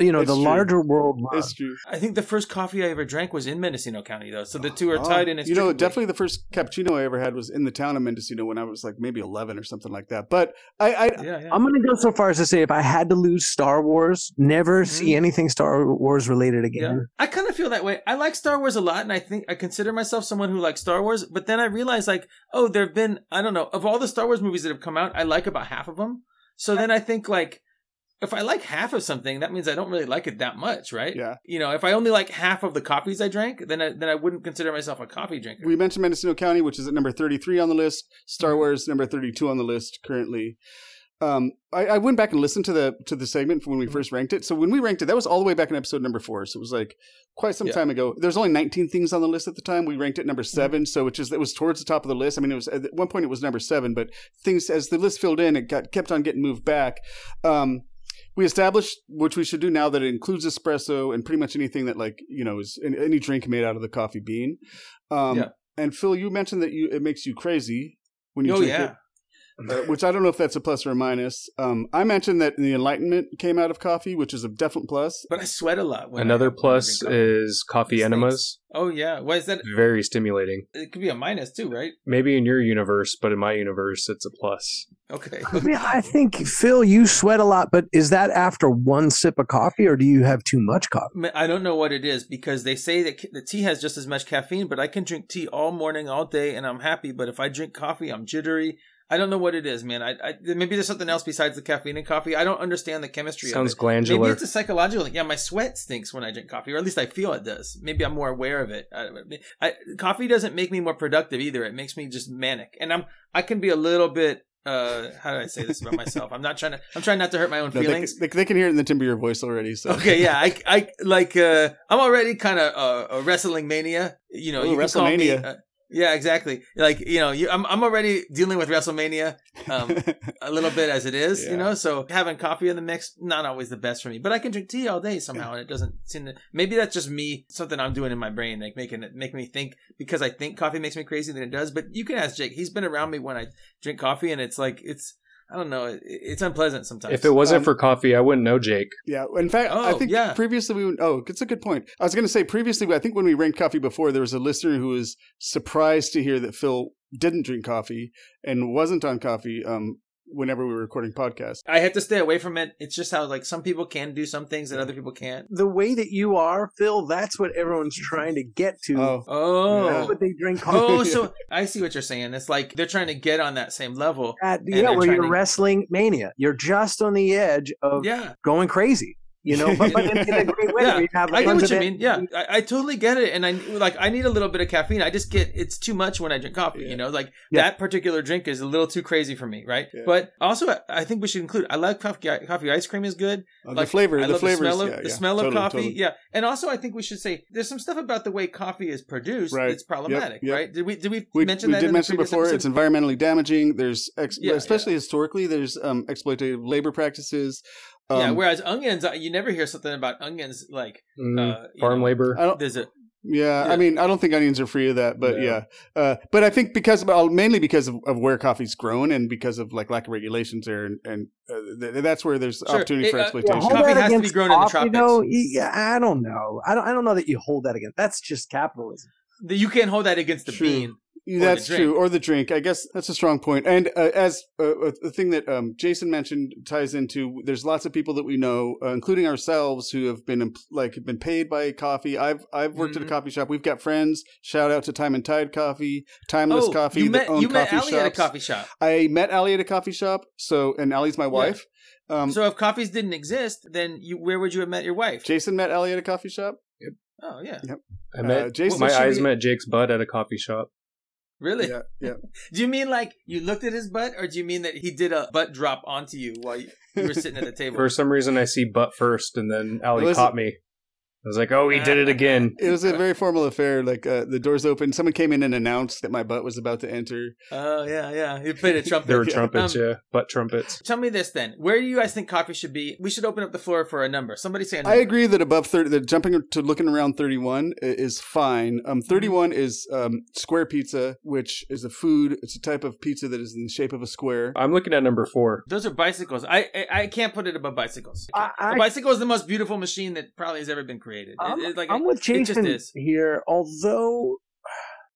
S3: You know,
S2: It's
S3: the
S2: true.
S3: larger world run.
S2: it's true.
S4: I think the first coffee I ever drank was in Mendocino County, though. So the two are
S2: Oh,
S4: tied
S2: You
S4: in.
S2: know,
S4: inextricably.
S2: definitely the first cappuccino I ever had was in the town of Mendocino when I was like maybe 11 or something like that. But I, I
S4: Yeah, yeah.
S3: I'm going to go so far as to say if I had to lose Star Wars, never
S4: Mm-hmm.
S3: see anything Star Wars related
S4: Yeah.
S3: again.
S4: I kind of feel that way. I like Star Wars a lot, and I think I consider myself someone who likes Star Wars. But then I realize, like, oh, there have been I don't know of all the Star Wars movies that have come out, I like about half of them. So then I think like. If I like half of something, that means I don't really like it that much, right?
S2: Yeah.
S4: You know, if I only like half of the coffees I drank, then I, then I wouldn't consider myself a coffee drinker.
S2: we mentioned Mendocino County, which is at number 33 on the list. Star Wars number 32 on the list currently. Um, I, I went back and listened to the to the segment from when we first ranked it. So when we ranked it, that was all the way back in episode number four. So it was like quite some
S4: Yeah.
S2: time ago. There's only 19 things on the list at the time. We ranked it number 7 so which is it was towards the top of the list. I mean, it was at one point it was number seven, but things as the list filled in, it got kept on getting moved back. Um, we established, which we should do now, that it includes espresso and pretty much anything that like you know is an- any drink made out of the coffee bean. Um,
S4: Yeah.
S2: And Phil, you mentioned that you it makes you crazy when you
S4: oh
S2: drink
S4: yeah.
S2: it, uh, which I don't know if that's a plus or a minus. Um, I mentioned that the Enlightenment came out of coffee, which is a definite plus.
S4: But I sweat a lot. When I-
S1: Another
S4: when I
S1: plus
S4: drink coffee.
S1: is coffee
S4: These
S1: enemas.
S4: Oh yeah. Why is that?
S1: Very stimulating.
S4: It could be a minus too, right?
S1: Maybe in your universe, but in my universe, it's a plus.
S4: Okay.
S3: I mean, I think, Phil, you sweat a lot, but is that after one sip of coffee or do you have too much coffee?
S4: Ma- I don't know what it is because they say that ca- the tea has just as much caffeine, but I can drink tea all morning, all day, and I'm happy. But if I drink coffee, I'm jittery. I don't know what it is, man. I, I maybe there's something else besides the caffeine and coffee. I don't understand the chemistry.
S1: Sounds
S4: of it. Maybe
S1: glandular.
S4: it's a psychological thing. Yeah, my sweat stinks when I drink coffee, or at least I feel it does. Maybe I'm more aware of it. I, I, coffee doesn't make me more productive either. It makes me just manic, and I'm I can be a little bit. Uh, how do I say this about myself? I'm not trying to. I'm trying not to hurt my own
S2: No, they,
S4: feelings.
S2: can- they, they can hear it in the timbre of your voice already. So
S4: Okay, yeah, I, I like, uh, I'm already kind of uh, a wrestling mania. You know,
S2: Ooh,
S4: you can call me,
S2: WrestleMania.
S4: uh, yeah, exactly. Like, you know, you, I'm I'm already dealing with WrestleMania
S2: [LAUGHS]
S4: um, a little bit as it is.
S2: Yeah.
S4: You know, so having coffee in the mix not always the best for me. But I can drink tea all day somehow, and it doesn't seem to. Maybe that's just me, something I'm doing in my brain, like making it make me think because I think coffee makes me crazy than it does. But you can ask Jake; he's been around me when I drink coffee, and it's like it's. I don't know. It, it's unpleasant sometimes.
S1: If it wasn't
S2: Um,
S1: for coffee, I wouldn't know Jake.
S2: Yeah. In fact, I
S4: Oh,
S2: think
S4: yeah.
S2: previously we would- oh, it's a good point. I was going to say previously, I think when we ranked coffee before, there was a listener who was surprised to hear that Phil didn't drink coffee and wasn't on coffee um, whenever we were recording podcasts.
S4: I have to stay away from it. It's just how like some people can do some things that other people can't.
S3: The way that you are, Phil, that's what everyone's trying to get to.
S2: Oh,
S3: That's
S4: Oh.
S3: [LAUGHS] what they drink coffee.
S4: Oh, so I see what you're saying. It's like they're trying to get on that same level.
S3: at.
S4: they're
S3: Yeah, where
S4: trying
S3: you're
S4: to-
S3: wrestling mania. You're just on the edge of
S4: Yeah.
S3: going crazy. You know, but, but in, in a great
S4: [LAUGHS]
S3: way.
S4: Yeah,
S3: where you have
S4: I get
S3: tons
S4: what you
S3: of
S4: mean.
S3: it.
S4: Yeah. I, I totally get it. And I like I need a little bit of caffeine. I just get it's too much when I drink coffee,
S2: Yeah.
S4: you know? Like
S3: Yeah.
S4: that particular drink is a little too crazy for me, right?
S2: Yeah.
S4: But also I- I think we should include I like coffee coffee ice cream is good.
S2: Uh,
S4: Like,
S2: the flavor,
S4: I
S2: the
S4: love
S2: flavors,
S4: the smell of,
S2: yeah,
S4: the
S2: yeah.
S4: smell of
S2: Totally,
S4: coffee.
S2: totally.
S4: Yeah, and also I think we should say there's some stuff about the way coffee is produced
S2: Right.
S4: that's problematic,
S2: yep.
S4: right? Did we did we,
S2: We,
S4: mention
S2: we
S4: that?
S2: did
S4: in the
S2: mention
S4: previous
S2: before
S4: episode?
S2: it's environmentally damaging. There's ex-
S4: Yeah,
S2: especially historically there's um, exploitative labor practices. Um,
S4: yeah. Whereas onions, uh, you never hear something about onions like
S1: Mm,
S4: uh, you
S1: farm
S4: know,
S1: labor.
S2: I don't,
S4: There's a
S2: Yeah,
S4: Yeah.
S2: I mean, I don't think onions are free of that, but
S1: No.
S2: yeah, uh, but I think because well, mainly because of, of where coffee's grown and because of like lack of regulations there, and, and uh, th- that's where there's
S4: Sure.
S2: opportunity
S4: It-
S2: for
S4: uh,
S3: Yeah,
S2: exploitation.
S3: hold
S4: Coffee
S3: that
S4: has to be
S3: against
S4: grown in the
S3: coffee,
S4: tropics.
S3: though, yeah, I don't know. I don't. I don't know that you hold that against. That's just capitalism.
S4: the- you can't hold that against the
S2: True.
S4: bean. the
S2: that's
S4: drink.
S2: true, or the drink. I guess that's a strong point. And uh, as uh, a thing that um, Jason mentioned ties into, there's lots of people that we know, uh, including ourselves, who have been em- like have been paid by coffee. I've I've worked at
S4: Mhm.
S2: a coffee shop. We've got friends. Shout out to Time and Tide Coffee, Timeless
S4: oh,
S2: Coffee,
S4: you
S2: that
S4: met
S2: own
S4: you met
S2: coffee
S4: Ali at a
S2: shops.
S4: coffee shop.
S2: I met Allie at a coffee shop. So, and Allie's my wife. Um,
S4: so if coffees didn't exist, then you where would you have met your wife?
S2: Jason met Allie at a coffee shop.
S4: oh yeah,
S1: I met
S2: uh, Jason-
S1: my
S2: should
S1: eyes
S2: we-
S1: met Jake's butt at a coffee shop.
S4: really?
S2: Yeah, yeah.
S4: Do you mean like you looked at his butt, or do you mean that he did a butt drop onto you while you, you were sitting at the table?
S1: For some reason, I see butt first, and then Allie
S2: Listen-
S1: caught me. I was like, "Oh, he did it
S4: [LAUGHS]
S1: again."
S2: It was a very formal affair. Like uh, the doors open. Someone came in and announced that my butt was about to enter.
S4: Oh yeah, yeah. He
S1: [LAUGHS]
S4: played a trumpet.
S1: There were
S2: Yeah.
S1: trumpets,
S4: Um,
S1: yeah, butt trumpets.
S4: Tell me this then: Where do you guys think coffee should be? We should open up the floor for a number. Somebody say a
S2: I
S4: number.
S2: agree that above thirty, that jumping to looking around thirty-one i- is fine.
S4: Mm-hmm.
S2: Um, thirty-one is um, square pizza, which is a food. It's a type of pizza that is in the shape of a square.
S1: I'm looking at number four.
S4: Those are bicycles. I, I I can't put it above bicycles.
S3: I,
S4: A
S3: I,
S4: bicycle is the most beautiful machine that probably has ever been created. It-
S3: I'm,
S4: it's like
S3: I'm with
S4: it just
S3: Jason
S4: is.
S3: here, although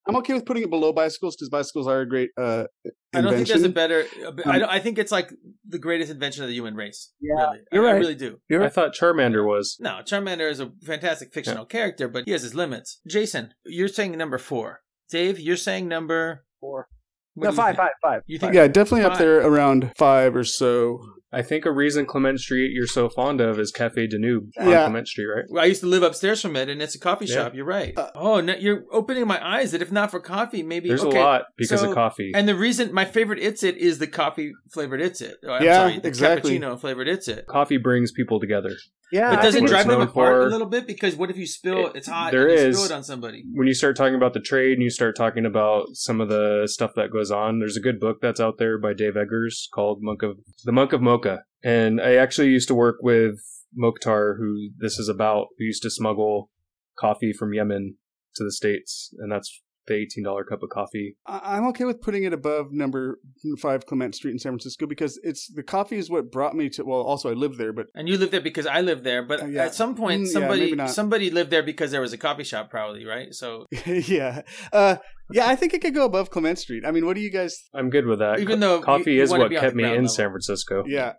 S2: I'm okay with putting it below bicycles because bicycles are a great uh, invention.
S4: I don't think there's a better. I, don't, I think it's like the greatest invention of the human race.
S3: Yeah,
S4: really. I-
S3: you're
S4: I,
S3: right.
S4: really do.
S3: Sure.
S1: I thought Charmander was.
S4: No, Charmander is a fantastic fictional character, but he has his limits. Jason, you're saying number four. Dave, you're saying number
S3: Four.
S4: What
S3: no,
S4: do you
S3: five,
S4: think?
S3: five, five.
S4: You think?
S2: yeah, definitely up
S4: Fine.
S2: there around five or so.
S1: I think a reason Clement Street you're so fond of is Cafe Danube on
S2: Yeah.
S1: Clement Street, right?
S4: Well, I used to live upstairs from it, and it's a coffee
S1: Yeah.
S4: shop. You're right.
S2: Uh,
S4: oh, no, you're opening my eyes that if not for coffee, maybe
S1: There's
S4: okay.
S1: a lot because
S4: so-
S1: of coffee.
S4: And the reason my favorite it's it is the coffee flavored it's it. Oh, I'm
S2: Yeah,
S4: sorry, the
S2: exactly.
S4: Cappuccino flavored it's it.
S1: coffee brings people together.
S3: Yeah,
S4: But
S3: I
S4: does
S3: think
S4: it
S1: it's
S4: drive them
S1: known
S4: apart
S1: for-
S4: a little bit? Because what if you spill?
S1: It-
S4: It's hot.
S1: there
S4: and you spill
S1: is-
S4: it on somebody.
S1: When you start talking about the trade and you start talking about some of the stuff that goes on, there's a good book that's out there by Dave Eggers called Monk of The Monk of Mocha. And I actually used to work with Mokhtar, who this is about, who used to smuggle coffee from Yemen to the States, and that's the eighteen dollar cup of coffee.
S2: I- I'm okay with putting it above number five Clement Street in San Francisco because it's the coffee is what brought me to. Well, also I lived there, but [LAUGHS]
S4: And you lived there because I lived there, but
S2: Uh, yeah.
S4: at some
S2: Mm,
S4: point
S2: yeah,
S4: somebody
S2: maybe not.
S4: somebody lived there because there was a coffee shop, probably right. So
S2: yeah, uh, yeah, I think it could go above Clement Street. I mean, what do you guys?
S1: I'm good with that.
S4: even though you-
S1: coffee
S4: you
S1: is
S4: wanna
S1: what
S4: be on
S1: kept
S4: the
S1: me in
S4: ground level.
S1: San Francisco.
S2: Yeah,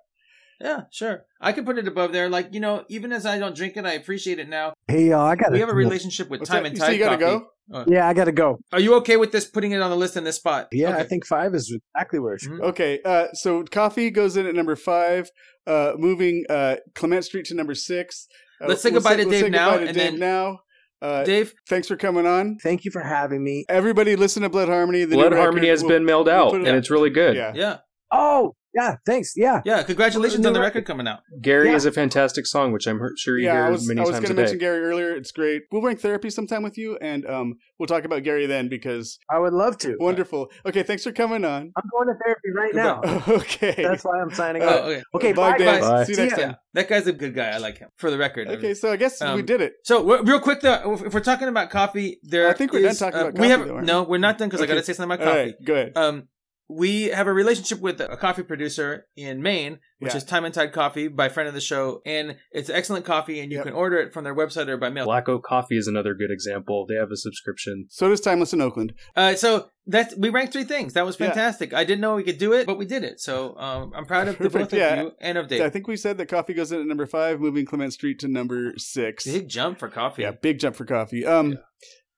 S4: Yeah, sure. I could put it above there. Like you know, even as I don't drink it, I appreciate it now.
S3: Hey, y'all, I got
S4: We have a relationship with
S2: What's
S4: time
S2: that?
S4: and
S2: You say
S4: tide.
S2: you gotta
S4: coffee.
S3: Yeah, I got to go.
S4: Are you okay with this putting it on the list in this spot?
S3: Yeah,
S4: Okay.
S3: I think five is exactly where it should.
S4: Mhm.
S2: Okay, uh, so coffee goes in at number five, uh, moving uh, Clement Street to number six. Uh,
S4: Let's say
S2: we'll
S4: goodbye to
S2: we'll
S4: Dave now,
S2: goodbye to
S4: and
S2: Dave
S4: then-
S2: now. Uh,
S4: Dave,
S2: thanks for coming on.
S3: Thank you for having me.
S2: Everybody, listen to Blood Harmony. The new
S1: Blood Harmony
S2: record
S1: has
S2: will-
S1: been mailed
S2: we'll
S1: out,
S2: put
S1: and
S2: it out.
S1: it's really good.
S2: Yeah.
S4: yeah,
S3: Oh, yeah, thanks. Yeah.
S4: yeah. Congratulations
S3: Well,
S4: on the
S3: you're
S4: record coming out.
S1: Gary
S3: Yeah.
S1: is a fantastic song, which I'm her- sure you
S2: Yeah,
S1: hear
S2: I was,
S1: many
S2: I was
S1: times
S2: gonna
S1: a day.
S2: mention Gary earlier. It's great. We'll rank therapy sometime with you, and um, we'll talk about Gary then because
S3: I would love to.
S2: wonderful. Okay, thanks for coming
S4: [LAUGHS]
S2: on.
S3: I'm going to therapy right
S4: Goodbye.
S3: now.
S2: [LAUGHS] Okay.
S3: That's why I'm signing
S4: Oh,
S3: up.
S4: okay.
S3: Okay,
S2: bye,
S3: bye,
S2: Dave.
S3: guys.
S1: Bye.
S2: See you
S3: See
S2: next
S3: ya.
S2: time.
S4: Yeah, that guy's a good guy. I like him. For the record. I mean.
S2: Okay, so I guess we
S4: Um,
S2: did it.
S4: So we're, real quick, though, if we're talking about coffee, there
S2: I think we're done
S4: is,
S2: talking
S4: uh,
S2: about
S4: we
S2: coffee,
S4: have,
S2: though, aren't
S4: no, we're not done because
S2: Okay.
S4: I got to say something about
S2: All
S4: coffee.
S2: right, go ahead.
S4: Um, we have a relationship with a coffee producer in Maine, which
S2: Yeah.
S4: is Time and Tide Coffee by friend of the show, and it's excellent coffee, and you
S2: Yep.
S4: can order it from their website or by mail.
S1: Black Oak Coffee is another good example. They have a subscription.
S2: So does Timeless in Oakland.
S4: Uh, so that's we ranked three things. That was
S2: Yeah.
S4: fantastic. I didn't know we could do it, but we did it. So um, I'm proud of the
S2: Perfect,
S4: both of
S2: yeah.
S4: you and of
S2: I
S4: Dave.
S2: think we said that coffee goes in at number five, moving Clement Street to number six.
S4: Big jump for coffee.
S2: Yeah, big jump for coffee. Um,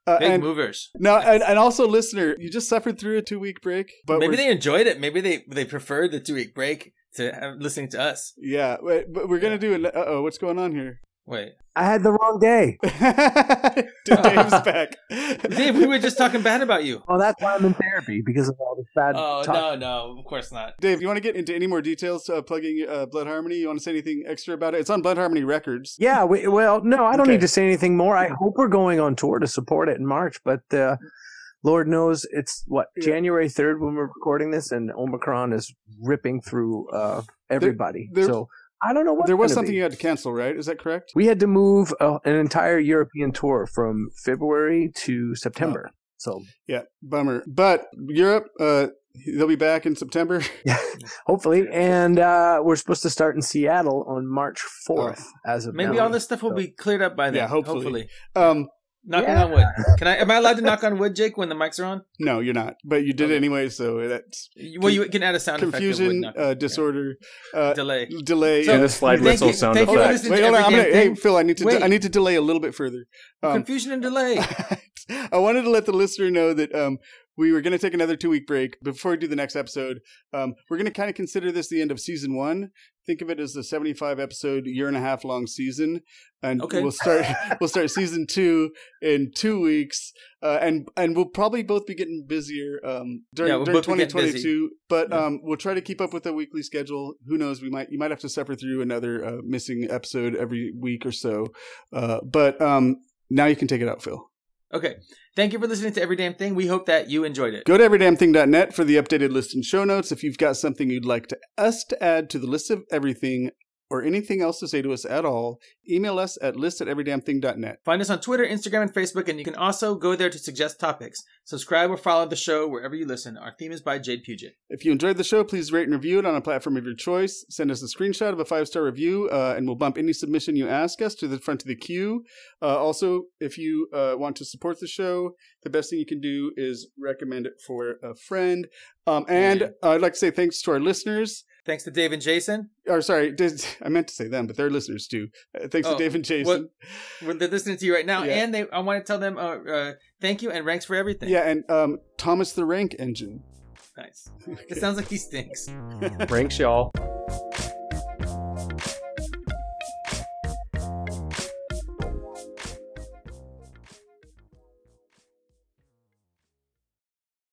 S2: uh,
S4: Big
S2: and
S4: movers.
S2: now, and, and also, listener, you just suffered through a two week break, but
S4: Maybe
S2: we're,
S4: they enjoyed it. Maybe they they preferred the two week break to uh, listening to us.
S2: yeah, but, but we're gonna do an. Uh oh, what's going on here? [LAUGHS]
S4: Wait,
S3: I had the wrong day.
S4: [LAUGHS]
S2: Dave's back.
S4: Dave,
S2: [LAUGHS]
S4: we were just talking bad about you.
S3: Well, that's why I'm in therapy because of all this bad
S4: Oh
S3: talk.
S4: no, no, of course not.
S2: Dave, you want to get into any more details uh, plugging uh, Blood Harmony? You want to say anything extra about it? It's on Blood Harmony Records.
S3: Yeah, we, well, no, I don't
S2: Okay.
S3: need to say anything more. I hope we're going on tour to support it in March, but uh, Lord knows it's what
S2: Yeah.
S3: January third when we're recording this, and Omicron is ripping through uh, everybody.
S2: there-
S3: so I don't know what
S2: There was
S3: gonna
S2: something
S3: be.
S2: you had to cancel, right? Is that correct?
S3: we had to move uh, an entire European tour from February to
S2: Ah.
S3: September. So
S2: Yeah, bummer. But Europe, uh, they'll be back in September. [LAUGHS]
S3: [LAUGHS] hopefully, and uh, we're supposed to start in Seattle on March fourth. As of
S4: Maybe
S3: now.
S4: all this stuff will be cleared up by then.
S2: Yeah, hopefully.
S4: hopefully.
S2: Um,
S4: Knocking
S3: Yeah.
S4: on wood. Can I? Am I allowed to knock on wood, Jake, when the mics are on?
S2: No, you're not. But you did
S4: Okay.
S2: anyway, so that's
S4: Well, you can add a sound effect of wood
S2: confusion,
S4: knocking.
S2: uh, disorder,
S4: Yeah.
S2: uh,
S4: delay.
S2: delay.
S1: Do
S4: So-
S1: the slide
S4: Thank
S1: whistle
S4: you-
S1: sound
S4: thank you for
S1: effect.
S4: listening
S2: Wait,
S4: to
S2: hold on. I'm
S4: every
S2: gonna,
S4: damn
S2: hey,
S4: thing.
S2: Phil, I need to
S4: Wait.
S2: I need to delay a little bit further. Um,
S4: confusion
S2: [LAUGHS]
S4: and delay.
S2: I wanted to let the listener know that um, we were going to take another two week break before we do the next episode. Um, we're going to kind of consider this the end of season one. Think of it as the 75 episode, year and a half long season, and
S4: Okay.
S2: we'll start [LAUGHS] we'll start season two in two weeks, uh, and and we'll probably both be getting busier um, during,
S4: Yeah, we'll
S2: during
S4: both be getting
S2: 2022. But
S4: Yeah.
S2: um, we'll try to keep up with the weekly schedule. Who knows? We might you might have to suffer through another uh, missing episode every week or so. Uh, but um, now you can take it out, Phil.
S4: Okay. Thank you for listening to every damn thing. We hope that you enjoyed it.
S2: Go to everydamnthing.net for the updated list and show notes. If you've got something you'd like to us to add to the list of everything or anything else to say to us at all, email us at list at everydamnthing.net.
S4: Find us on Twitter, Instagram, and Facebook, and you can also go there to suggest topics. Subscribe or follow the show wherever you listen. Our theme is by Jade Puget.
S2: If you enjoyed the show, please rate and review it on a platform of your choice. Send us a screenshot of a five star review, uh, and we'll bump any submission you ask us to the front of the queue. Uh, also, if you uh, want to support the show, the best thing you can do is recommend it for a friend. Um, and
S4: Yeah.
S2: I'd like to say thanks to our listeners.
S4: Thanks to Dave and Jason.
S2: or sorry, did, [LAUGHS] I meant to say them, but they're listeners too. Uh, thanks
S4: Oh,
S2: to Dave and Jason.
S4: We're- They're listening to you right now,
S2: Yeah.
S4: and they. I want to tell them uh, uh, thank you and ranks for everything.
S2: Yeah, and um, Thomas the Rank Engine.
S4: Nice. It sounds like he stinks.
S1: Ranks y'all.